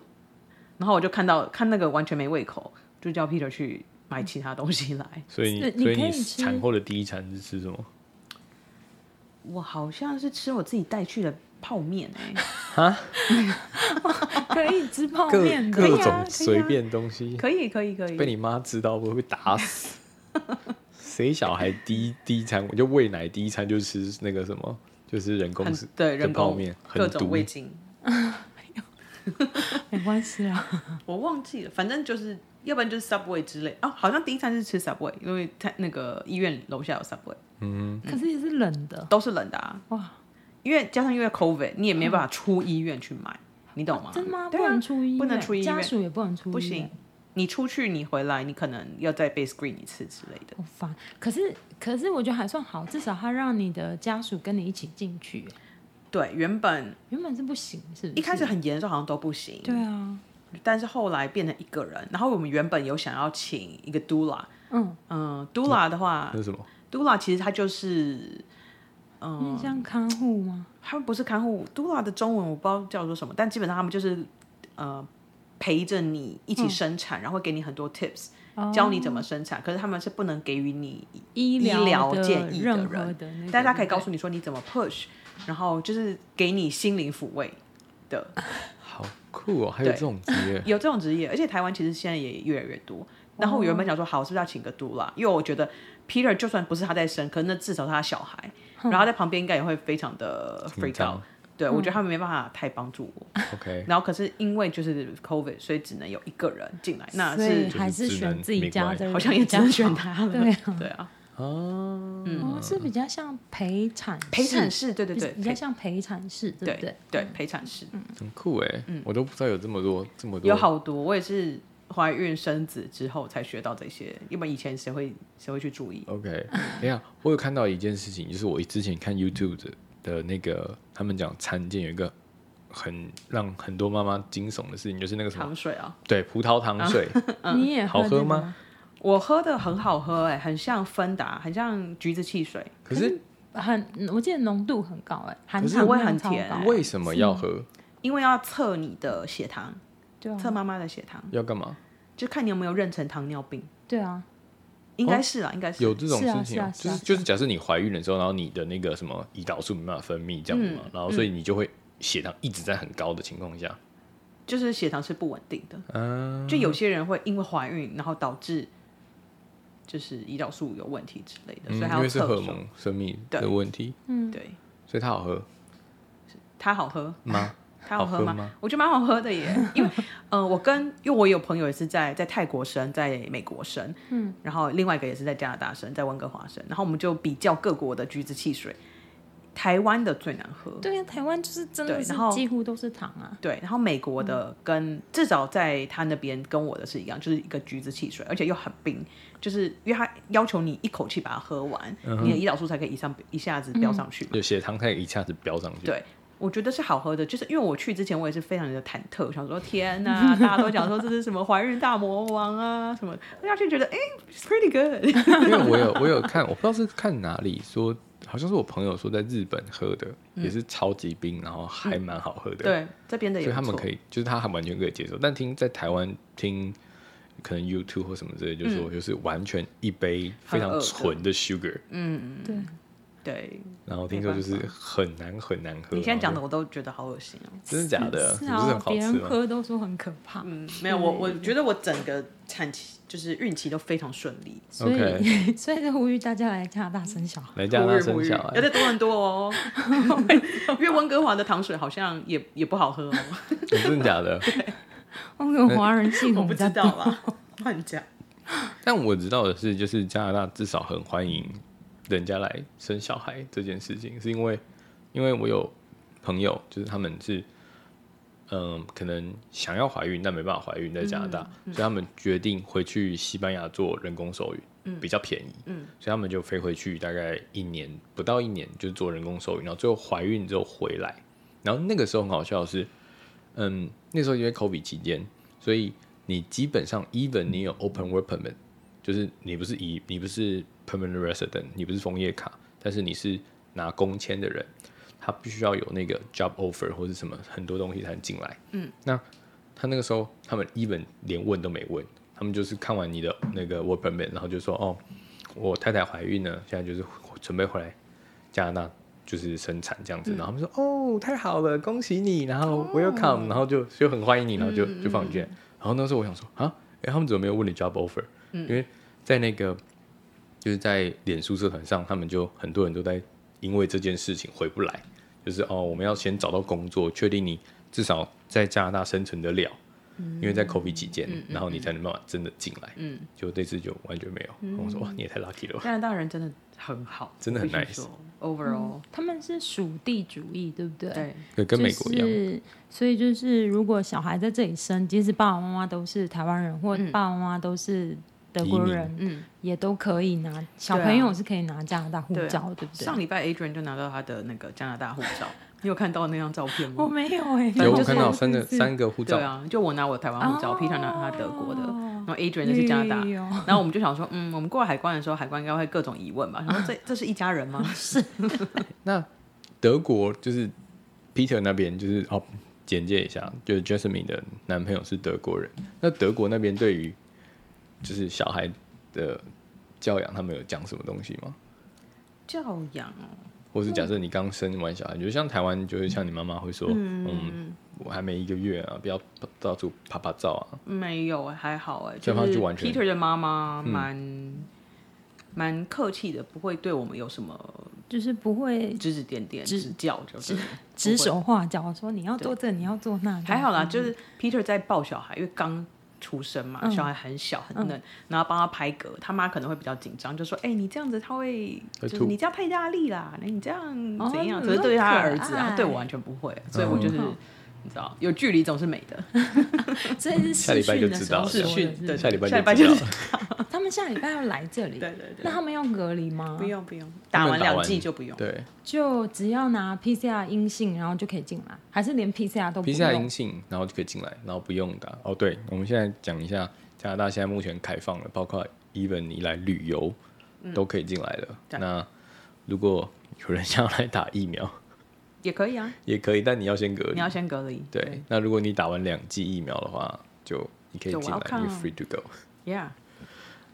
然后我就看到看那个完全没胃口，就叫 Peter 去买其他东西来。
所以
是
你
你
所以
可以
你
吃
产后的第一餐是吃什么？
我好像是吃我自己带去的泡面哎、
可以吃泡
各
面的，
各
啊可以啊
种随便东西，
可以可以可以，
被你妈知道会被打 死。谁小孩第一第一餐我就喂奶，第一餐就吃那个什么，就是人工
很
食
对
的
人
泡
工
面，
各
很
种
毒
味精，
没关系啦。
我忘记了，反正就是要不然就是 Subway 之类哦，好像第一餐是吃 Subway，因为他那个医院楼下有 Subway，嗯
可是也是冷的，
都是冷的啊，
哇，
因为加上因为 COVID，你也没办法出医院去买，你懂吗？
真的吗？
对
不
啊
能，出医院，
不能出医
家
院
属也不能出医院，
不行，你出去你回来，你可能要再被 screen 一次之类的。
好哦烦。可是可是我觉得还算好，至少他让你的家属跟你一起进去，
对，原本
原本是不行，是不是？
一开始很严的时候好像都不行，
对啊，
但是后来变成一个人。然后我们原本有想要请一个 doula，
嗯，
嗯，doula 的话
那是什么？
，doula 其实它就是嗯
有点像看护吗？
他们不是看护，Dula 的中文我不知道叫做什么，但基本上他们就是呃陪着你一起生产，然后给你很多 tips，、教你怎么生产。可是他们是不能给予你
医
医疗
的
建议的
任
人
何的那个，
但是他可以告
对
诉你说你怎么 push，然后就是给你心灵抚慰的。
好酷哦，还有
对，
这种职业
有这种职业，而且台湾其实现在也越来越多。然后我原本想说，好，是不是要请个嘟啦？因为我觉得 Peter 就算不是他在生，可是那至少是他小孩，然后他在旁边应该也会非常的
紧
freak
张
out。对，我觉得他们没办法太帮助我。
OK，
然后可是因为就是 COVID，所以只能有一个人进来，那
所以
是
还
就是是只
选
能
自己
make
家
wise
的人，
好像也只能选
比较好
他了。
对啊，
对啊，
哦，
嗯
哦，是比较像陪产室
陪产室，对对
比
对，
比较
陪
像陪产室，对不对嗯
对？对陪产室
很酷哎，我都不知道有这么多这么多，
嗯有好多，我也是怀孕生子之后才学到这些，要不然以前谁会谁会去注意？
OK，等一下，我有看到一件事情，就是我之前看 YouTube 的的那个，他们讲产检有一个很让很多妈妈惊悚的事情，就是那个什么，
糖水啊，
对，葡萄糖水，
嗯
你也
好喝
这个
吗
吗？
我喝的很好喝、哎，很像芬达，很像橘子汽水，
可是
很，我记得浓度很高哎、含
可是
糖
会
量
很
超
甜
高哎
为什么要喝？
因为要测你的血糖，
对
测
啊，
妈妈的血糖，
要干嘛？
就看你有没有妊娠糖尿病，
对啊，
应该是啊，应该是
哦有这种
是啊
事情、
是啊
就是
啊
是就是假设你怀孕的时候，然后你的那个什么胰岛素没办法分泌这样
嗯
子嘛，然后所以你就会血糖一直在很高的情况下，
就是血糖是不稳定的，
嗯、
就有些人会因为怀孕，然后导致就是胰岛素有问题之类的，
嗯，
所以
因
还要
为是
测
荷尔
手
蒙分泌
对
的问题，
对，
所以它好喝
它好喝，
吗？
它好
好
喝
喝
吗？
吗
我觉得蛮好喝的耶，因为呃，我跟因为我有朋友也是在在泰国生，在美国生，嗯，然后另外一个也是在加拿大生，在温哥华生，然后我们就比较各国的橘子汽水，台湾的最难喝，
对啊，台湾就是真的
对
是
然后
几乎都是糖啊，
对，然后美国
嗯
的跟、至少在他那边跟我的是一样，就是一个橘子汽水，而且又很冰，就是因为他要求你一口气把它喝完，
嗯
你的胰岛素才可以一上一下子飙上去嘛。
有血糖它也一下子飙上去，
对我觉得是好喝的，就是因为我去之前我也是非常的忐忑，想说天呐，大家都讲说这是什么怀孕大魔王啊什么的，大家就觉得哎、i t s pretty good，
因为我有我有看，我不知道是看哪里说，好像是我朋友说在日本喝的，也是超级冰，然后还蛮好喝的，
嗯对，这边的也
所以
不
他们
错
可以，就是他还完全可以接受。但听在台湾听，可能 YouTube 或什么之类，就说、就是完全一杯非
嗯很恶
常
的
纯的 sugar，
对，
对，
然后听说就是很难很难喝。
你现在讲
然
的
后
我都觉得好恶心哦。
就真的假的？
是
不 是很
啊，
好
别
吃
人
吗？
喝都说很可怕，
嗯，没有我，我觉得我整个产期就是孕期都非常顺利，
所以 所以就呼吁大家来加拿大生 小孩。
来加拿大生啊小
要
孩，
再多很多 哦。因为温哥华的糖水好像也也不好喝哦，
真的假的？哎
我们华人信
我
仰
不
比
知
较
道啊啦，乱讲。
但我知道的是，就是加拿大至少很欢迎人家来生小孩这件事情，是因为因为我有朋友，就是他们是嗯、可能想要怀孕但没办法怀孕，在加拿大，所以他们决定回去西班牙做人工受孕，比较便宜，嗯，所以他们就飞回去大概一年不到一年就做人工受孕，然后最后怀孕之后回来，然后那个时候很好笑的是，嗯，那时候因为 COVID 期间，所以你基本上 even 你有 open work permit，就是你不是以你不是 permanent resident，你不是枫叶卡，但是你是拿工签的人，他必须要有那个 job offer 或是什么很多东西才能进来。嗯，那他那个时候他们 even 连问都没问，他们就是看完你的那个 work permit，然后就说哦，我太太怀孕了，现在就是准备回来加拿大就是生产这样子，然后他们说哦太好了，恭喜你，然后 welcome，、然后就就很欢迎你，然后就就放你进来。然后那时候我想说啊，哎他们怎么没有问你 job offer？、因为在那个就是在脸书社团上，他们就很多人都在因为这件事情回不来，就是哦我们要先找到工作，确定你至少在加拿大生存得了。因为在 COVID 期间，然后你才能办法真的进来，嗯，就这次就完全没有。然后我说哇，你也太 lucky 了吧，
加拿大人真的很好，
真的很
我必
nice
须说。Overall，
他们是属地主义，对不对？
嗯
对
对，
跟美国一样
就。是所以就是，如果小孩在这里生，即使爸爸妈妈都是台湾人，或爸爸妈妈都是德国人，
嗯，啊
也都可以拿小朋友是可以拿加拿大护
对啊
照，对不对？
上礼拜 Adrian 就拿到他的那个加拿大护照，你有看到那张照片
我
吗？
没有哎、
有
就
我
是
看到三个三个护
对
照，
啊，就我拿我台湾护照
哦
，Peter 拿他德国的，然后 Adrian 就是加拿大
哎呦。
然后我们就想说，嗯，我们过海关的时候，海关应该会各种疑问 吧？然后这这是一家人吗？
那德国就是 Peter 那边就是哦，简介一下，就是 Jasmine 的男朋友是德国人。那德国那边对于就是小孩的教养，他们有讲什么东西吗？
教养哦，
或是假设你刚生完小孩，就像台湾，就是像你妈妈会说，嗯，我还没一个月啊，不要到处拍拍照啊。
没有，还好哎，
对
就
方
是
就完全嗯
Peter 的妈妈蛮蛮客气的，不会对我们有什么
就是不会
指指点点、指教，就是
指手画脚，说你要做这，你要做那。
还好啦，就是 Peter 在抱小孩，因为刚出生嘛，小孩很小很嫩，然后帮他拍嗝，他妈可能会比较紧张，就说：“哎、你这样子他会，
会
就是
吐
你这样太大力啦，哎你这样
哦
怎样？”
那
可哦是对他
可
儿子啊，
爱
对我完全不会，所以我就是。
嗯
你知道，有距离总是美的。
这是
下礼拜就知道了
视
视
讯的时候说的是不是
讯对，
下礼拜就
下礼拜
知道
就
了
是
他们下礼拜要来这里，
对对对
那他们要隔离吗？
不，用不用，打完 两剂就不用。
对
就只要拿 PCR 阴性，然后就可以进来，还是连 PCR 都不用
，PCR 阴性，然后就可以进来，然后不用打。哦，对，我们现在讲一下加拿大现在目前开放了，包括 even 你来旅游都可以进来了。
嗯
那如果有人想要来打疫苗
也可以啊，
也可以，但你要先隔离
你。要先隔离。
对，那如果你打完两剂疫苗的话，就你可以
就
进来，你
welcome
free to go。
，Yeah，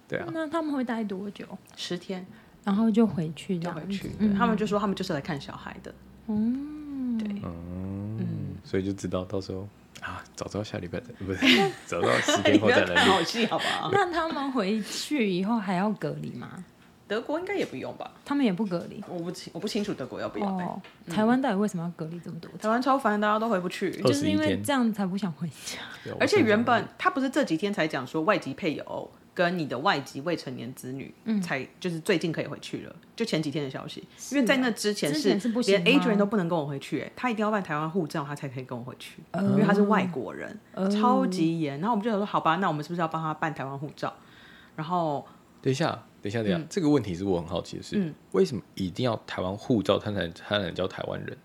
对啊，
那他们会待多久？
十天
然后就回去这
要
样
回
子
去，对他们就说他们就是来看小孩的。
嗯，
对嗯
所以就知道到时候啊，早知道下礼拜再不 是，早知道十天后
不
再
要
来
看
录。
好戏好不好？
那他们回去以后还要隔离吗？
德国应该也不用吧？
他们也不隔离
我不清我不清楚德国要不要、欸。
哦。台湾到底为什么要隔离这么多天？
台湾超烦，大家都回不去。
21
就是因为
天
这样才不想回家。
对啊
而且
我想
原本他不是这几天才讲说外籍配偶跟你的外籍未成年子女，
嗯
才就是最近可以回去了，就前几天的消息。因为在那之前
啊之
是
前是不行
连
吗
Adrian 都不能跟我回去、欸，他一定要办台湾护照，他才可以跟我回去，
哦
因为他是外国人，超级严。然后我们就想说，好吧，那我们是不是要帮他办台湾护照？然后
等一下，等一下，等一下，
嗯
这个问题是我很好奇的是，为什么一定要台湾护照，他才他才能叫台湾人？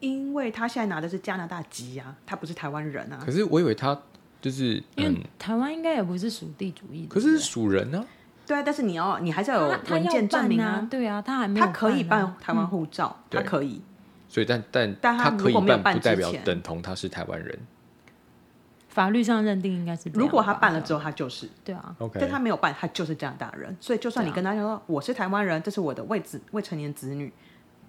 因为他现在拿的是加拿大籍啊，他不是台湾人啊
可，是我以为他就是
因
嗯
为，台湾应该也不是属地主义的，
可是属人呢、
对啊，但是你要你还是要有
他他
文
要
件证
办
明
啊，对啊，他还没有
他
啊，
可以办台湾护照，
对
他可以。
所以但但
但他
可
如
以
果没有办
不代
之
表
前
等同他是台湾人。
法律上认定应该是这样吧。
如果他办了之
后，
后，他就是，
对啊，
OK，
但他没有办，他就是加拿大人。所以就
啊
算你跟他讲说我是台湾人，这是我的未子未成年子女，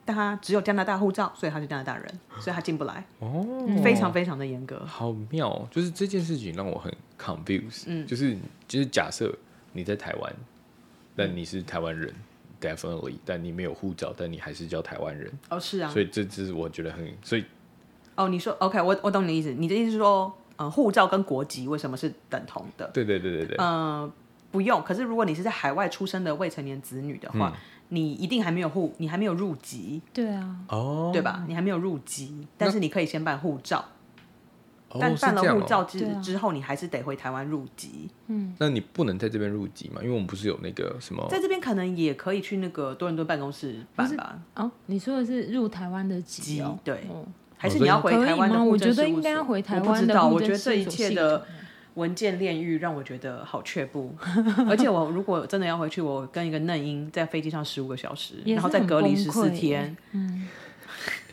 但他只有加拿大护照，所以他是加拿大人，所以他进不来，
哦，
嗯
非常非常的严格。
好妙、哦，就是这件事情让我很 confused、就是
嗯
就是假设你在台湾，但你是台湾人、d e f i n i t e l y 但你没有护照，但你还是叫台湾人，
哦，是啊
所，以这这是我觉得很，所以
哦，你说 OK，我我懂你的意思，你的意思是说，呃，护照跟国籍为什么是等同的？
对对对对对，
呃，不用。可是如果你是在海外出生的未成年子女的
嗯
话，你一定还没有户，你还没有入籍，
对啊，
哦，
对吧？你还没有入籍，但是你可以先办护照。
哦
但
是
办
这
了
样
护
哦
照之、
对啊
之后，你还是得回台湾入籍。
那你不能在这边入籍嘛？因为我们不是有那个什么
在这边可能也可以去那个多伦多办公室办吧，
哦，你说的是入台湾的籍
籍
哦，
对
哦
还是
哦
你要
可
回台
以
湾的
吗？
户
我觉
政事务所
得应该要回台
我
湾
不知
的
道，
户
我觉
政
得
事
这
务
一
所
切
系
的
统。
文件炼狱让我觉得好却步， 而且我如果真的要回去，我跟一个嫩婴在飞机上十五个小时，
也是
然后再隔离
很
十
崩
四
溃
天。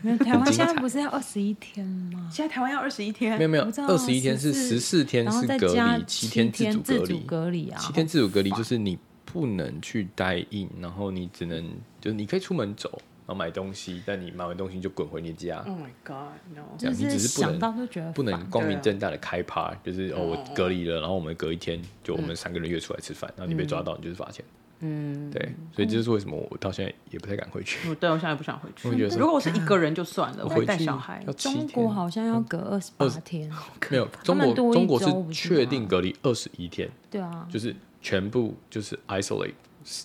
没有台湾
精
现在
彩
不是要二十一天吗？
现在台湾要二十一天
没，有没有
我知，道
二十一天是十四天
然后
是
再
隔
加
离，七
天
自主隔
自主
离，
隔离啊，
七天自主隔离就是你不能去待印，然后你只能就是你可以出门走，然后买东西，但你买完东西就滚回你家，
Oh my God，no！
啊就
你只
是
是不
想
能
到就觉得
不能
嗯烦嗯
光明
对啊
正大的开趴，就是哦我隔离了，然后我们隔一天就我们三个人约出来吃饭，然后你被抓到你就是罚钱，嗯，对，所以这就是为什么我到现在也不太敢回去，
我嗯对我现在不想回去
我觉得。说
如果我是一个人就算了，
我
我
回
还
去
带小孩
要，七天。
中
嗯
国好像要隔二十八天，
没有，中
们
国
多一
中国
周不
是
是
确
吗
定隔离二十一天，
对啊，
就是全部就是 isolate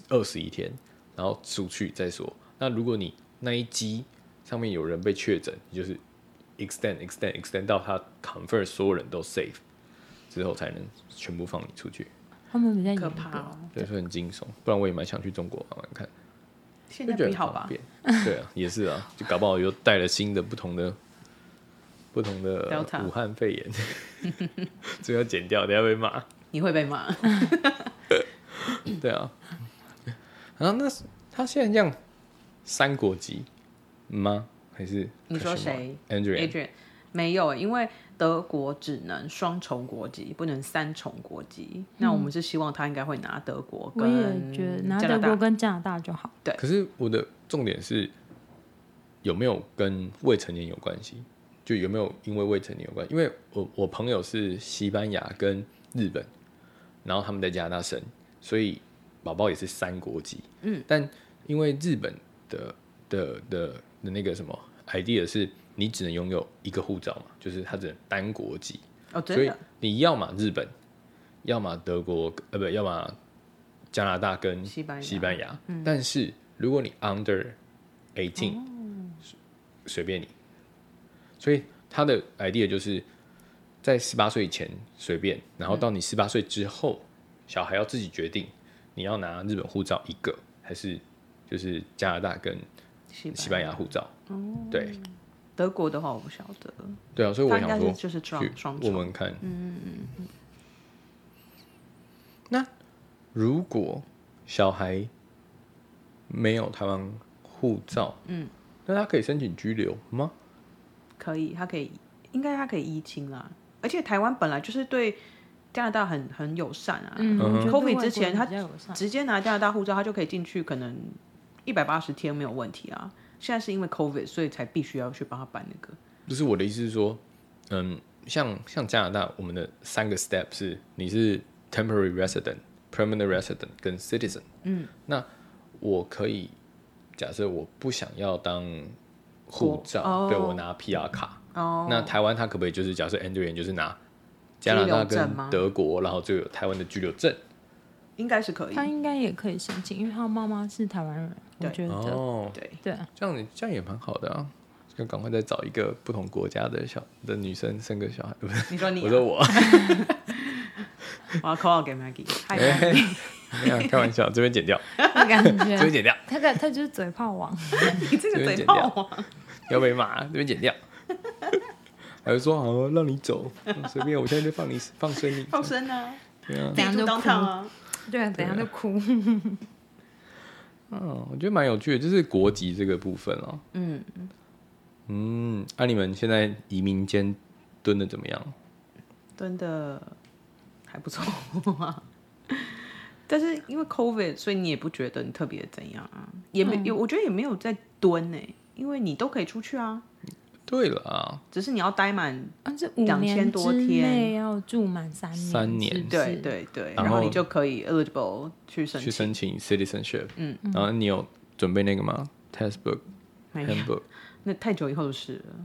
二十一天，然后出去再说。那如果你那一机上面有人被确诊，你就是 extend extend extend 到他 confirm 所有人都 safe 之后，才能全部放你出去。
他们比较
嗯
可
严
怕
格。
哦。
对，所以很惊悚。不然我也蛮想去中国玩玩看，
现
就
在
觉
比
得
好
很
吧
方？便。对啊， 也是啊，就搞不好又带了新的不同的。不同的
Delta
武汉肺炎， 这个要剪掉，等一下被骂。
你会被骂。
对啊，然后那是他现在这样三国籍吗？还是
你说谁
Andrew
Adrian 没有，欸因为德国只能双重国籍，不能三重国籍。那我们是希望他应该会拿德国
嗯我也
跟
觉得拿
加拿
德
大
国。跟加拿大就好。
可是我的重点是有没有跟未成年有关系？就有没有因为未成年有关系？因为我我朋友是西班牙跟日本，然后他们在加拿大生，所以宝宝也是三国籍。嗯，但因为日本的的的的那个什么 idea 是你只能拥有一个护照嘛，就是它只能单国籍。
哦，
所
真
以
的
你要么日本，要么德国，呃，不，要么加拿大跟
西班牙嗯
牙但是如果你 under eighteen，、随便你。所以他的 idea 就是在十八岁以前随便，然
嗯
后到你十八岁之后，小孩要自己决定你要拿日本护照一个，还是就是加拿大跟西
西
班
班哦
牙护照。对
德国的话我不晓得，
对啊，所以我
他应
想
该
说
是，就是双
去
双
问
重。
问看。嗯嗯嗯。那如果小孩没有台湾护照，嗯，那他可以申请居留吗？
可以，他可以，应该他可以移亲啦。而且台湾本来就是对加拿大很很友善啊。
嗯
嗯
哼
我觉得
COVID
对外国
之前
人
他
比较友善
直接拿加拿大护照，他就可以进去，可能一百八十天没有问题啊。现在是因为 COVID，所以才必须要去帮他办那个。
不是我的意思是说，嗯，像像加拿大，我们的三个 step 是你是 temporary resident、permanent resident 跟 citizen。嗯，那我可以假设我不想要当护照，
国哦
对我拿 PR 卡。
哦，
那台湾他可不可以就是假设 Andrew 也就是拿加拿大
居留证
跟
吗
德国，然后就有台湾的居留证？
应该是可以
他。应该也可以申请，因为他妈妈是台湾人，我
对
觉得
哦，
对，
对。
这样这样也蛮好的啊。就赶快再找一个不同国家的小的女生生个小孩，不是？
你说你啊、
我说我，
我要 call out 给 Maggie。嗨
哎，没 有开玩笑，这边剪掉，
啊
我 感
这边
觉
剪掉，
他的他就是嘴炮 王，
你这
随
个
便
嘴
剪
炮
掉
王，
要被骂，这边剪 掉。还是说好啊让你走，嗯随便，我现在就放你放生你。
放生啊，
对啊，
自
等
己住
下就
当
哭
趟啊。
对啊，等一下就哭。
嗯，我觉得蛮有趣的，就是国籍这个部分哦。
嗯，
嗯，那、你们现在移民间蹲的怎么样？
蹲的还不错、啊。 但是因为 COVID，所以你也不觉得你特别怎样啊，也
嗯
没有，我觉得也没有在蹲呢、因为你都可以出去啊，
对了啊，
只是你要待满，
但啊是五
2000
年
多
之
天
内要住满三年，
三年
是不
对
是，
对对，
然
然后
后
你就可以 eligible 去申
去
请。
申请 citizenship。嗯，然后你有准备那个吗？Textbook、
没有，
handbook？
那太久以后的事了，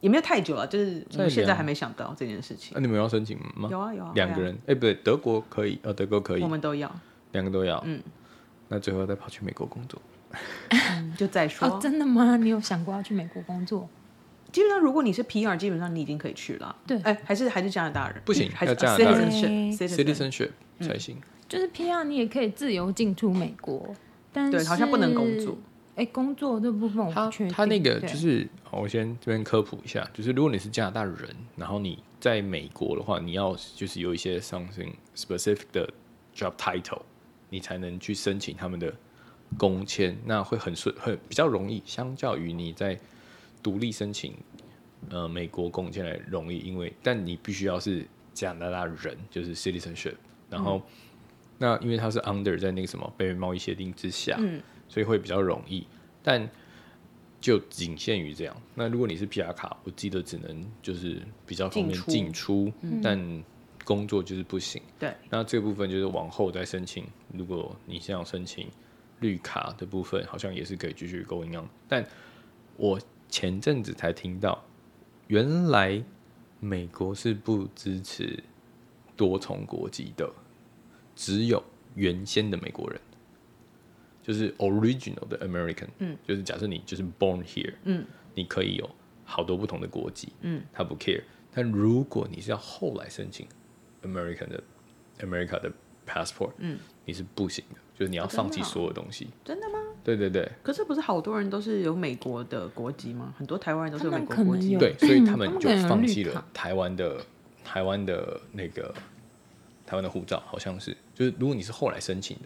也没有太久了，就是我
再
们
聊
现在还没想到这件事情
那、。你们要申请嗯吗？
有啊有啊，
两个人，哎、不对，德国可以，呃，德国可
对啊
以
我，们都要，
两个都要。
嗯，
那最后再跑去美国工作。嗯
就再说。
哦，真的吗？你有想过要去美国工作？
基本上，如果你是 PR，基本上你已经可以去了。
对哎
哎，还是还是加拿大人，
不行
还是
要加拿大
人
citizenship，citizen，
citizenship 才行。
就是 PR，你也可以自由进出美国，但是
对，好像不能工作。。
哎，工作这部分我
他
不确定。
他那个
对
就是，好我先这边科普一下，就是如果你是加拿大人，然后你在美国的话，你要就是有一些 something specific 的 job title，你才能去申请他们的工签，那会很顺，很比较容易，相较于你在独立申请呃美国工签来容易，因为但你必须要是加拿大人，就是 citizenship，然
嗯
后、那因为它是 under 在那个什么北美贸易协定之下，
嗯
所以会比较容易，但就仅限于这样。那如果你是 PR 卡，我记得只能就是比较方便
进出
进出，
嗯
但工作就是不行。
对，
那这个部分就是往后再申请。如果你想要申请绿卡的部分，好像也是可以继续 going on。但我前阵子才听到，原来美国是不支持多重国籍的，只有原先的美国人，就是 original 的 American。
嗯，
就是假设你就是 born here，
嗯，
你可以有好多不同的国籍，
嗯，
他不 care。但如果你是要后来申请 American 的 America 的 passport，
嗯，
你是不行的，就是你要
哦真的
放弃
哦
所有东西。
真的吗？
对对对
可是不是好多人都是有美国的国籍吗？很多台湾人都是有美国
他们
国
可能
籍。
有
对，所以他
他
们
们
就
可能有
放
绿
弃了
卡
台湾的台湾的那个台湾的护照，好像是，就是如果你是后来申请的，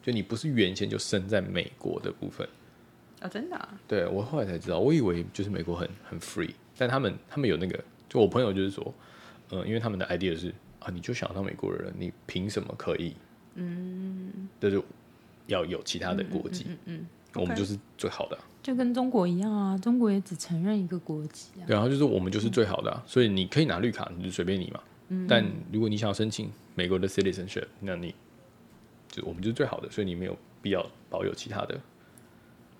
就你不是原先就生在美国的部分。
啊，真的啊
对我后来才知道，我以为就是美国很很 free，但他们他们有那个，就我朋友就是说，呃，因为他们的 idea 是啊，你就想当美国人，你凭什么可以？嗯，就是要有其他的国籍，嗯我们
OK
就是最好的啊、
就跟中国一样啊，中国也只承认一个国籍啊。
对啊，然后就是我们就是最好的啊、所以你可以拿绿卡，你就随便你嘛。但如果你想要申请美国的 citizenship，那你就我们就是最好的，所以你没有必要保有其他的。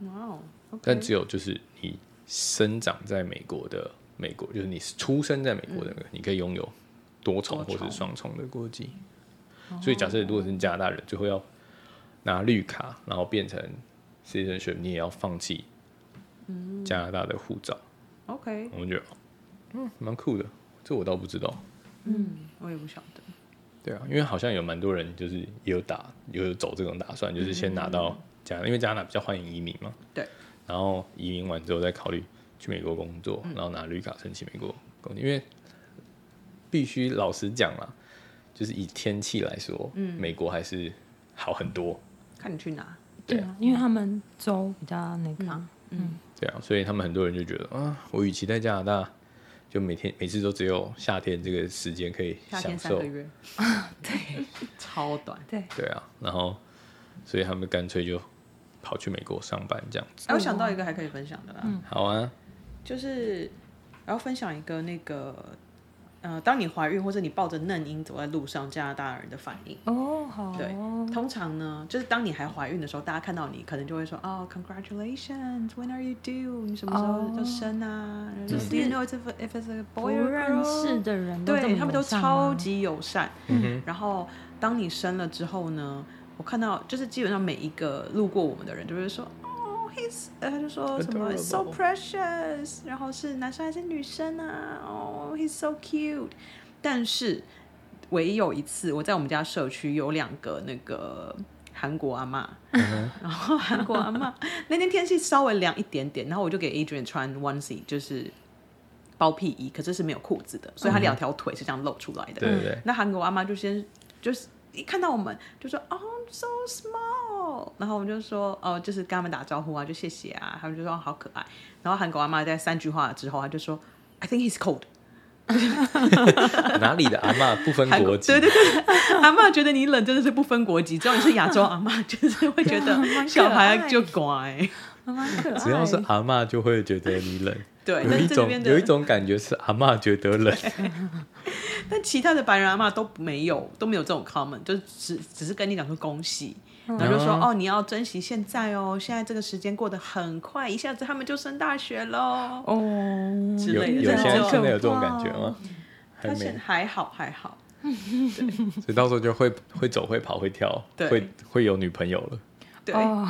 哇哦
但
，OK，
只有就是你生长在美国的美国，就是你出生在美国的，你可以拥有多重
多
或
重
是双重的国籍。所以假设如果是加拿大人，最后要拿绿卡，然后变成 citizenship，你也要放弃加拿大的护照。
OK，
我们觉得，嗯，蛮酷的。这我倒不知道。
嗯我也不晓得。
对啊，因为好像有蛮多人就是也有打，也有走这种打算，就是先拿到加拿大，因为加拿大比较欢迎移民嘛。
对。
然后移民完之后再考虑去美国工作，然后拿绿卡申请美国工作，因为嗯必须老实讲啦，就是以天气来说，美国还是好很多。
看你去哪。
对啊，因为他们州比较那个啊，
对啊，所以他们很多人就觉得啊，我与其在加拿大，就每天每次都只有夏天这个时间可以
夏
享
天三
受
个， 月， 对，超短。
对，
对啊，然后所以他们干脆就跑去美国上班这样子。
哎，我想到一个还可以分享的啦，
好啊，
就是然后分享一个那个，呃，当你怀孕或者你抱着嫩婴走在路上，加拿大人的反应。
哦，好哦，
嗯对，通常呢，就是当你还怀孕的时候，大家看到你，可能就会说，哦，Congratulations，When are you due？你什么时候要生啊？就是 Do you know if it's a- if it's a
哦不
boy or a
认
girl？
识的人都这
对
么
他们都
友善
超
吗
级友善。嗯、然后当你生了之后呢，我看到就是基本上每一个路过我们的人就会说。哦 he's 呃，他就说什么
Adorable
"It's so precious，然后是男生还是女生啊？哦、h e s so cute。但是唯有一次，我在我们家社区有两个那个韩国阿嬷，然后韩国阿嬷那天天气稍微凉一点点，然后我就给 Adrian 穿 onesie，就是包屁衣，可是是没有裤子的，
嗯
所以他两条腿是这样露出来的。
对对对
那韩国阿妈就先就是一看到我们就说哦、so small，然后我们就说哦、就是跟他们打招呼啊，就谢谢啊，他们就说、哦好可爱。然后韩国阿妈在三句话之后，他就说 I think he's cold。
哪里的阿嬷不分
韩
国
国
籍，
对对对，阿妈觉得你冷真的是不分国籍，只要你是亚洲阿妈， 就是会觉得小孩就乖。
还蛮可爱，
只要是阿嬷就会觉得你冷，
对，
有
但
一
是这
种
边
有
的
一种感觉是阿嬷觉得冷，
但其他的白人阿嬷都没有都没有这种 comment，就是只只是跟你讲说恭喜，
嗯
然后就说、哦你要珍惜现在哦，现在这个时间过得很快，一下子他们就升大学喽
哦，
之
有
类的。
有
但
现在
是就
现在有这种感觉吗？还
他
没
现，还好还好，
所以到时候就会会走会跑会跳，
对
会会有女朋友了，
对、
哦，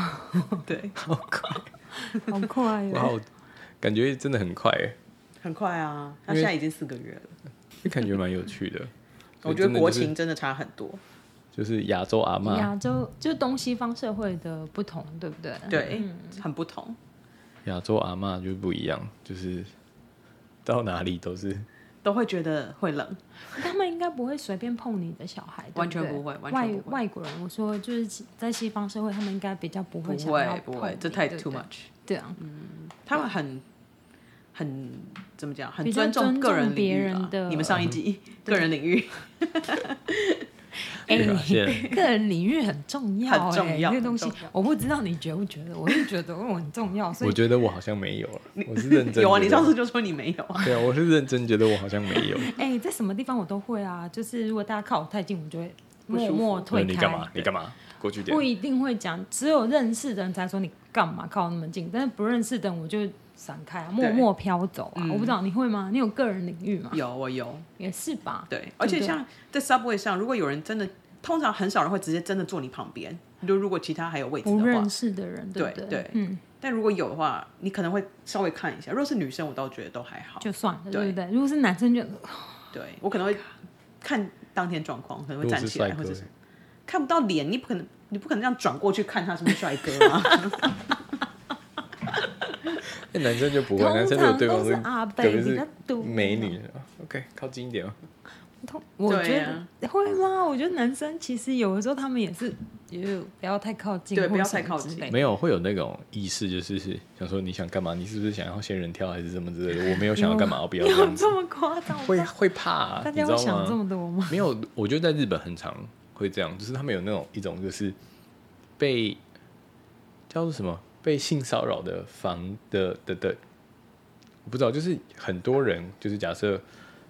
对，
好快，
好 快
哇
哦，，
感觉真的很快哎，
很快啊，他
因为
现在已经四个月了。
就感觉蛮有趣的。
我觉得
真的
国
就是
情真的差很多，
就是亚洲阿
亚
嬷，
洲就东西方社会的不同，对不对？
对，很不同。
亚洲阿嬷就不一样，就是到哪里都是
都会觉得会冷，
他们应该不会随便碰你的小孩，对
完全
对
不会完
外
全不会
外国人，我说就是其在西方社会，他们应该比较不
不
会想要
会不
碰
会
你，
这太
对不
too
对
much。
对啊，
他们很很怎么讲？很
比较
尊重
尊
个人
重
领
别
域啦
人的嗯
你们上一集 个人领域
哎
对吧？现在
个人领域很重要、
很重要
哎这个东西
很重要
我不知道你觉不觉得，我是觉得我很重要，所
我
以
觉得我好像没有了，我是认 真
有啊，
觉
你
得
上次就说你没有，
对啊，我是认真觉得我好像没有。
哎、在什么地方我都会啊，就是如果大家靠我太近，我就会
不舒
默
服
默 退
那
开。
你干嘛？你干嘛？过去点
不。一定会讲，只有认识的人才说你干嘛靠那么近，但是不认识的人我就闪开啊，默默飘走啊。我不知道你会吗？你有个人领域吗？
有我有，
也是吧。
对，而且
对
像在 subway 上，如果有人真的，通常很少人会直接真的坐你旁边，就如果其他还有位置
不
的话
认，识的人，
对
不对？
对
嗯，
但如果有的话，你可能会稍微看一下。如果是女生，我倒觉得都还好，
就算了，
对
对不对？如果是男生就
对我可能会看当天状况，可能
如
会
果
站
是
起
帅
来或
哥
者，是看不到脸，你不可能你不可能这样转过去看他是不是帅哥 啊。
那哎男生就不会，
通
男生如果
常
对方
都
是
阿
特别
北比较
是
多
美女，OK，靠啊近一点哦嘛。
通我
对
觉
啊
得会吗？我觉得男生其实有的时候他们也是，也有不要太靠近，
对不要
或什么
太靠
之
近
类的
没有会有那种意识，就是想说你想干嘛？你是不是想要仙人跳还是什么之类的？我没有想要干嘛，我不要这
有
样子。
这么夸张？
会会怕啊，
大
你
家
知
会
道
想这
吗？
么多吗？
没有，我觉得在日本很常会这样，就是他们有那种一种就是被叫做什么被性骚扰的防的的的，我不知道，就是很多人就是假设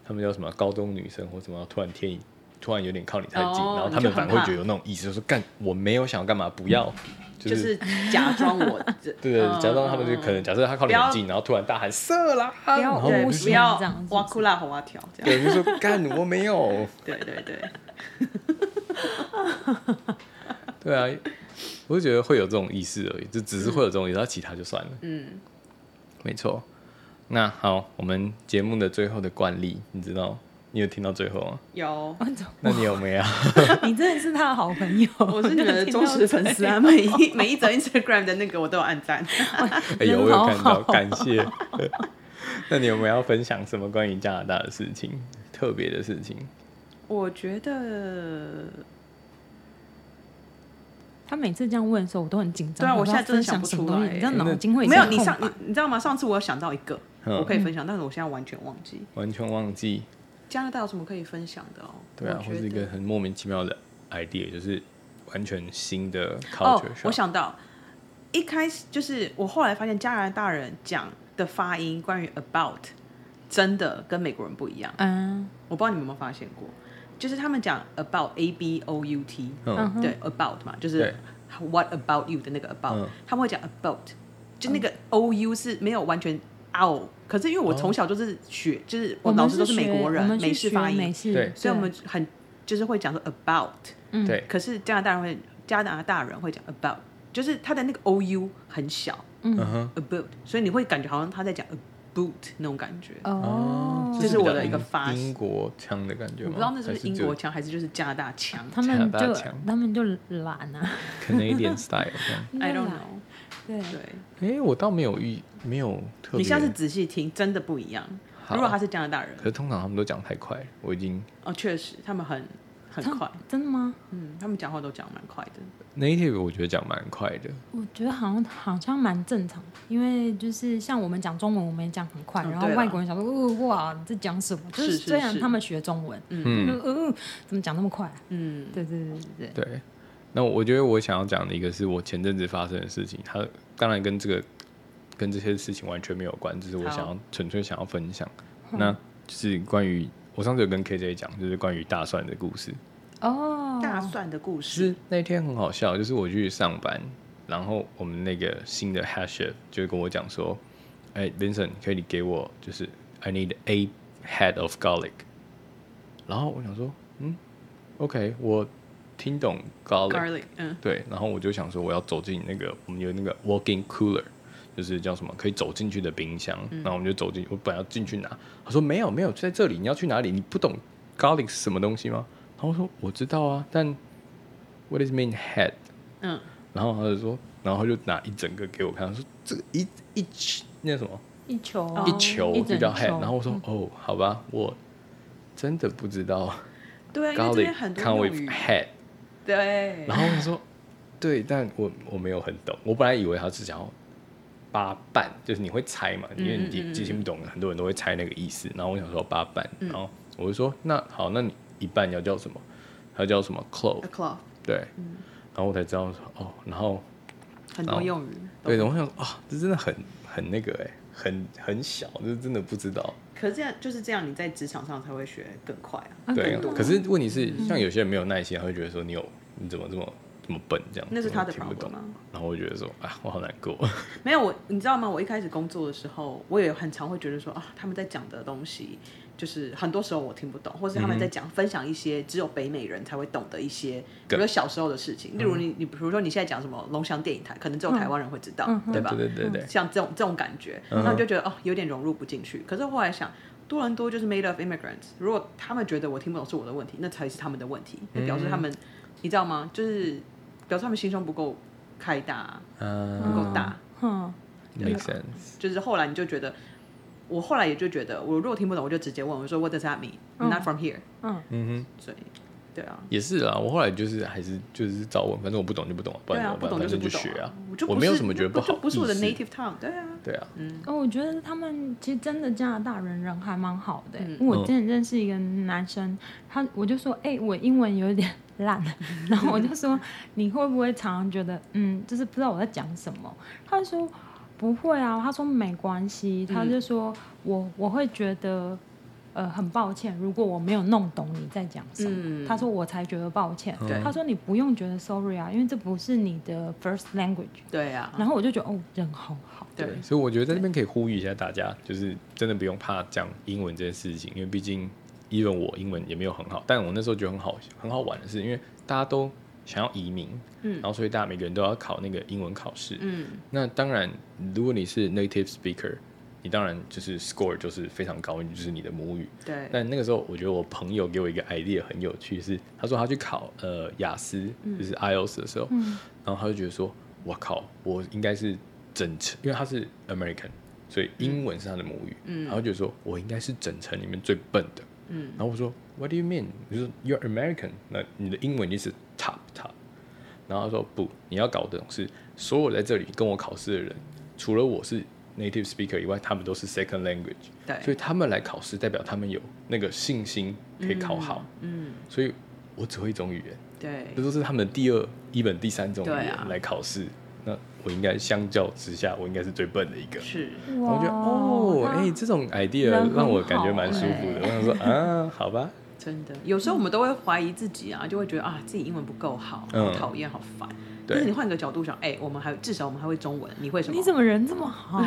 他们叫什么高中女生或什么，突然天突然有点靠你太近，
哦
然后他
你就
们
很
反而会
怕嗯
觉得有那种意思，就是干我没有想要干嘛，不要，
就是是假装我， 嗯
对对，假装他们就可能假设他靠你很近，然后突然大喊色啦，
不要
然后
对
我
诬
们
陷
不
就
要
这样是不是
哇哭啦吼哇跳这样，
对，就说干我没有，
对对对，
对啊，我就觉得会有这种意识而已，就只是会有这种意识，然后其他就算了。
嗯，
没错。那好，我们节目的最后的惯例，你知道，你有听到最后 吗？
有，
那你有没有？
你真的是他的好朋友，
我是你们的忠实粉丝啊，每一每一则 Instagram 的那个我都有按赞。
哎有，我
人
有
好
看到，
好
感谢。 那你有没有要分享什么关于加拿大的事情，特别的事情？
我觉得
他每次这样问的时候，我都很紧张。
对啊
不知道
我现在真
分
的
享
想不
什么
出
东西
来
你知道
欸
脑筋会
没有
一直
你
空啊
上
白
你你知道吗？上次我有想到一个，
嗯
我可以分享，但是我现在完全忘记。
完全忘记。
加拿大有什么可以分享的哦？
对啊，
我
或
觉
是一
得
个很莫名其妙的 idea，就是完全新的
哦
culture、，
我想到一开始就是我后来发现加拿大人讲的发音关于 about 真的跟美国人不一样，
嗯
我不知道你们有没有发现过，就是他们讲 about a b o u t，、
嗯，
对 about 嘛，就
对
是 what about you 的那个 about，、
嗯
他们会讲 about，就那个 o u 是没有完全 out，可是因为
哦
我从小就是学，就是我
我
老
们
师都是美
学
国
我
人，
们
美
去
式
学
发
美
音，
式，
对
所以我们很就是会讲说 about。
嗯
对，
可是加拿大人会，加拿大人会讲 about，就是他的那个 o u 很小
嗯哼，
about，所以你会感觉好像他在讲 about 那种感觉。
哦，
这是我的一个
比较
发
英国腔的感觉
我
吗？
不知道那是不
还
是
是
英国腔还是就是加拿大腔
他
加拿
们
大
就
强
他们就懒啊，
Canadian style 这 样？
，I don't
懒
know。
对，
对，
哎、我倒没有遇，没有特别。
你下次仔细听，真的不一样。
好
如果他是加拿大人
可，是通常他们都讲太快了，我已经
哦，确实他们很很
他
快，
真的吗？
嗯，他们讲话都讲蛮快的。
native 我觉得讲蛮快的，
我觉得好像好像蛮正常的，因为就是像我们讲中文，我们也讲很快，
嗯
然后
对啦
外国人想说，哦、哇，你在讲什么？就是
是
虽然
是
他们学中文，
嗯
就嗯、呃，怎么讲那么快、啊？
嗯，
对对对对对，
对，那我觉得我想要讲的一个是我前阵子发生的事情，它当然跟这个跟这些事情完全没有关，只是我
好
想要纯粹想要分享。那就是关于我上次有跟 KJ 讲，就是关于大蒜的故事。
哦，
大蒜的故
其实
事，
那天很好笑，就是我去上班，然后我们那个新的 hash chef 就跟我讲说：“哎、v i n c e n t 可以给我就是 I need a head of garlic。”然后我想说：“嗯，OK，我听懂
garlic，嗯，
对，然后我就想说，我要走进那个我们有那个 walk-in cooler，就是叫什么可以走进去的冰箱。
嗯
然后我们就走进，我本来要进去拿，他说没有没有，在这里，你要去哪里？你不懂 garlic 是什么东西吗？然后我说我知道啊，但 what does it mean head？
嗯，
然后他就说，然后他就拿一整个给我看，他说这个一一那什么
一球
哦
一球
一
就叫
整
head，
球
然后
嗯
我说哦，好吧，我真的不知道
对啊，因为
garlic
这边很多
come
用
with
语，
head。
对
然，后我说，对，但我我没有很懂，我本来以为他是想要八瓣，就是你会猜嘛，因为
嗯嗯嗯嗯
你记性不懂，很多人都会猜那个意思。然后我想说八瓣，然后我就说那好，那你一半要叫什么？要叫什么 clove？
a cloth
对，
嗯
然后我才知道说哦，然后
很多用语，
对，我想说啊、这真的很很那个哎、很很小，这真的不知道。
可是这样就是这样，你在职场上才会学更快啊。嗯
啊
对
真的，吗
可是问题是，像有些人没有耐心，他会觉得说你有你怎么这么这么笨这样，
那是他的
怎么听不
problem
懂
啊。
然后我觉得说啊，我好难过。
没有我，你知道吗？我一开始工作的时候，我也很常会觉得说啊，他们在讲的东西，就是很多时候我听不懂，或是他们在讲、分享一些只有北美人才会懂的一些，比
对
如小时候的事情，例如你你比如说你现在讲什么龙翔电影台，可能只有台湾人会知道，对吧？
嗯对嗯对对对。
像这种这种感觉，然后就觉得哦，有点融入不进去。可是后来想，多伦多就是 made of immigrants，如果他们觉得我听不懂是我的问题，那才是他们的问题，
嗯
那表示他们，你知道吗？就是表示他们心胸不够开大，
嗯
不够大。
嗯，
，make sense。
就是后来你就觉得，我后来也就觉得，我如果听不懂，我就直接问我说 What does that mean? I'm not from here、
嗯哼，
所以，对啊，
也是啊。我后来就是还是就是照问，反正我不懂就不懂啊，不
对
然
啊
怎，么
不
办？
懂
反
是
正
不懂
学啊。
我就不
我
是
没有什么觉得
那不
好，
就不是我的
意思
native tongue，对啊，
对啊，
哦，我觉得他们其实真的加拿大人人还蛮好的欸、
嗯
因为我之前认识一个男生，他我就说，哎、我英文有点烂， 然后我就说，你会不会常常觉得，嗯，就是不知道我在讲什么？他就说不会啊，他说没关系，
嗯
他就说我我会觉得。呃，很抱歉，如果我没有弄懂你在讲什么，
嗯
他说我才觉得抱歉。
对
他说你不用觉得 sorry 啊，因为这不是你的 first language。
对啊，
然后我就觉得哦，人好好。
对，
所以我觉得在这边可以呼吁一下大家，就是真的不用怕讲英文这件事情，因为毕竟 even 我英文也没有很好，但我那时候觉得很好很好玩的是，因为大家都想要移民，
嗯
然后所以大家每个人都要考那个英文考试，
嗯，
那当然，如果你是 native speaker，你当然就是 score 就是非常高，就是你的母语。
对，
但那个时候，我觉得我朋友给我一个 idea 很有趣，是他说他去考呃雅思，就是 IELTS 的时候，
嗯
然后他就觉得说，我靠，我应该是整层，因为他是 American，所以英文是他的母语，
嗯
然后就说我应该是整层里面最笨的，
嗯
然后我说 What do you mean？你说 You're American，那你的英文就是 top top，然后他说不，你要搞懂是所有在这里跟我考试的人，除了我是 native speaker 以外，他们都是 second language，所
对，
以他们来考试代表他们有那个信心可以考好，
嗯，
所以我只会一种语言，
对
这，都是他们第二、一本、第三种语
对
言
啊
来考试。那我应该相较之下，我应该是最笨的一个。
是，
然后我觉得哦，
哇
哎、这种 idea
人很
让我感觉
好欸
蛮舒服的。我想说啊，好吧，
真的，有时候我们都会怀疑自己啊，就会觉得啊，自己英文不够好，
嗯
好讨厌，好烦。但是你
对，
换个角度想，哎、我们还至少我们还会中文，你会什么？
你怎么人这么 好？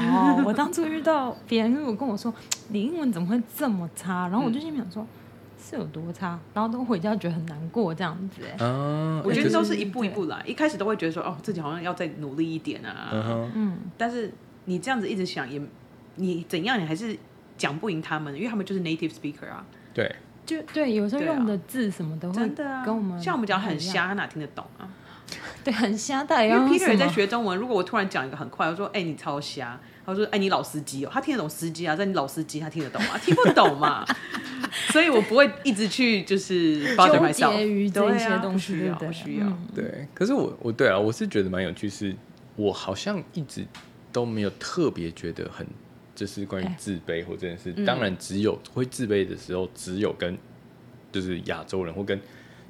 我当初遇到别人如果跟我说你英文怎么会这么差，然后我
嗯
就心里想说。是有多差，然后都回家觉得很难过这样子、哎
啊，
我
哎
觉
可
得
是
都是一步一步来，一开始都会觉得说，哦，自己好像要再努力一点啊。
嗯哼，
嗯，
但是你这样子一直想，也你怎样，你还是讲不赢他们，因为他们就是 native speaker 啊，
对，
就对，有时候
对啊
用的字什么的会
真的啊。
哦跟我们
像我们讲很
不一样，
瞎，哪听得懂啊？
对，很瞎，到底
因为
要用
Peter
什
也在
么？
学中文，如果我突然讲一个很快，我说，哎、你超瞎，他说，哎、你老司机哦，他听得懂司机啊，但你老司机他听得懂啊 吗？听不懂 嘛。所以我不会一直去就是 bother
纠
myself
结于
对
这
啊
些东西，
不需
对
要，
不对？
不需要。
嗯
对，可是我我对啊，我是觉得蛮有趣是，我好像一直都没有特别觉得很，就是关于
哎
自卑或这件事。
嗯
当然，只有会自卑的时候，只有跟就是亚洲人或跟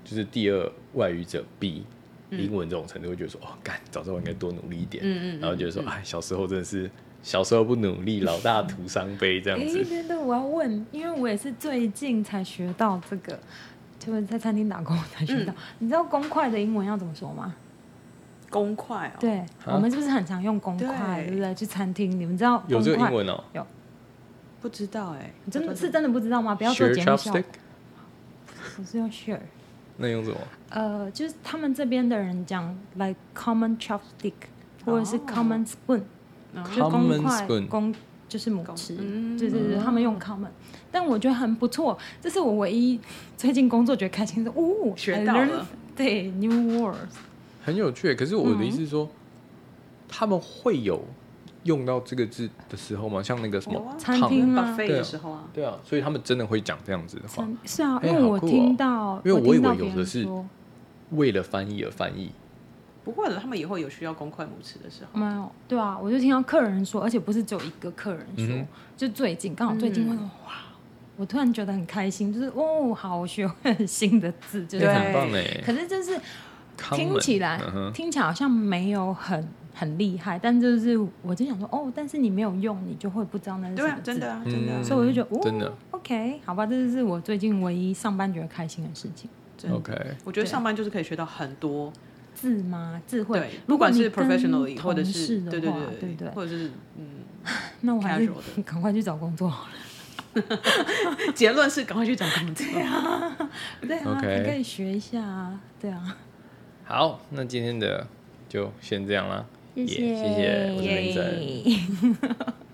就是第二外语者比。英文这种程度，会觉得说哦，干，早知道我应该多努力一点。
嗯嗯嗯嗯
然后觉得说，哎，小时候真的是小时候不努力，老大徒伤悲这样
诶，
子。
哎
对对，我要问，因为我也是最近才学到这个，就是在餐厅打工才
嗯
学到。你知道公筷的英文要怎么说吗？
公筷哦，
对，我们是不是很常用公筷，
对
对不对？去餐厅，你们知道
有
公
这个英
筷？
文哦、
不知道哎、
你真的是真的不知道吗？不要
s h
做
a r e
节目效果
chopstick，，
我是用 share。
那用什么？
呃，就是他们这边的人讲，like common chopstick，或者是
哦
common spoon，、
哦
就是公
Common spoon 哦
筷、公就是母匙，
嗯
对对对，他们用 common，但我觉得很不错，这是我唯一最近工作觉得开心的，哦，
学
I
到
learned-
了
对，new words，
很有趣耶。欸可是我的
嗯
意思是说，他们会有用到这个字的时候吗？像那个什
有
么
啊
烫
餐厅
啊
啊
buffet
对啊
的时候啊，
对啊，所以他们真的会讲这样子的话，
真是啊，
哎
因为我
好酷哦
听到，
因为我
我听到
以为有
别人
的是
说
为了翻译而翻译。
不会了，他们也会有需要公筷母匙的时候。
没有，对啊，我就听到客人说，而且不是只有一个客人说，
嗯哼
就最近刚好最近
嗯
会说、哇，我突然觉得很开心，就是哦，好，我学会了新的字，就是这
哎
样
很棒哎
可，是就是听
Common，
起来、
嗯哼
听起来好像没有很很厉害，但就是我就想说哦，但是你没有用，你就会不知道那是什
对
么
啊，
字
真的啊，真的啊，
嗯
所以我就觉得哦，
真的
OK，好吧，这就是我最近唯一上班觉得开心的事情。
真的。
OK，
我觉
对
得上班就是可以学到很多，
字吗？智慧
对，，
如果
不管
你
是
跟
professionally
同
或者
事
是
的
对对
话对
对
不
或者是嗯，
那我还是
casual 的
赶快去找工作好了。
结论是赶快去找工作。
对啊，
OK
你可以学一下啊，对啊。
好，那今天的就先这样啦，耶谢谢，我是林真。
耶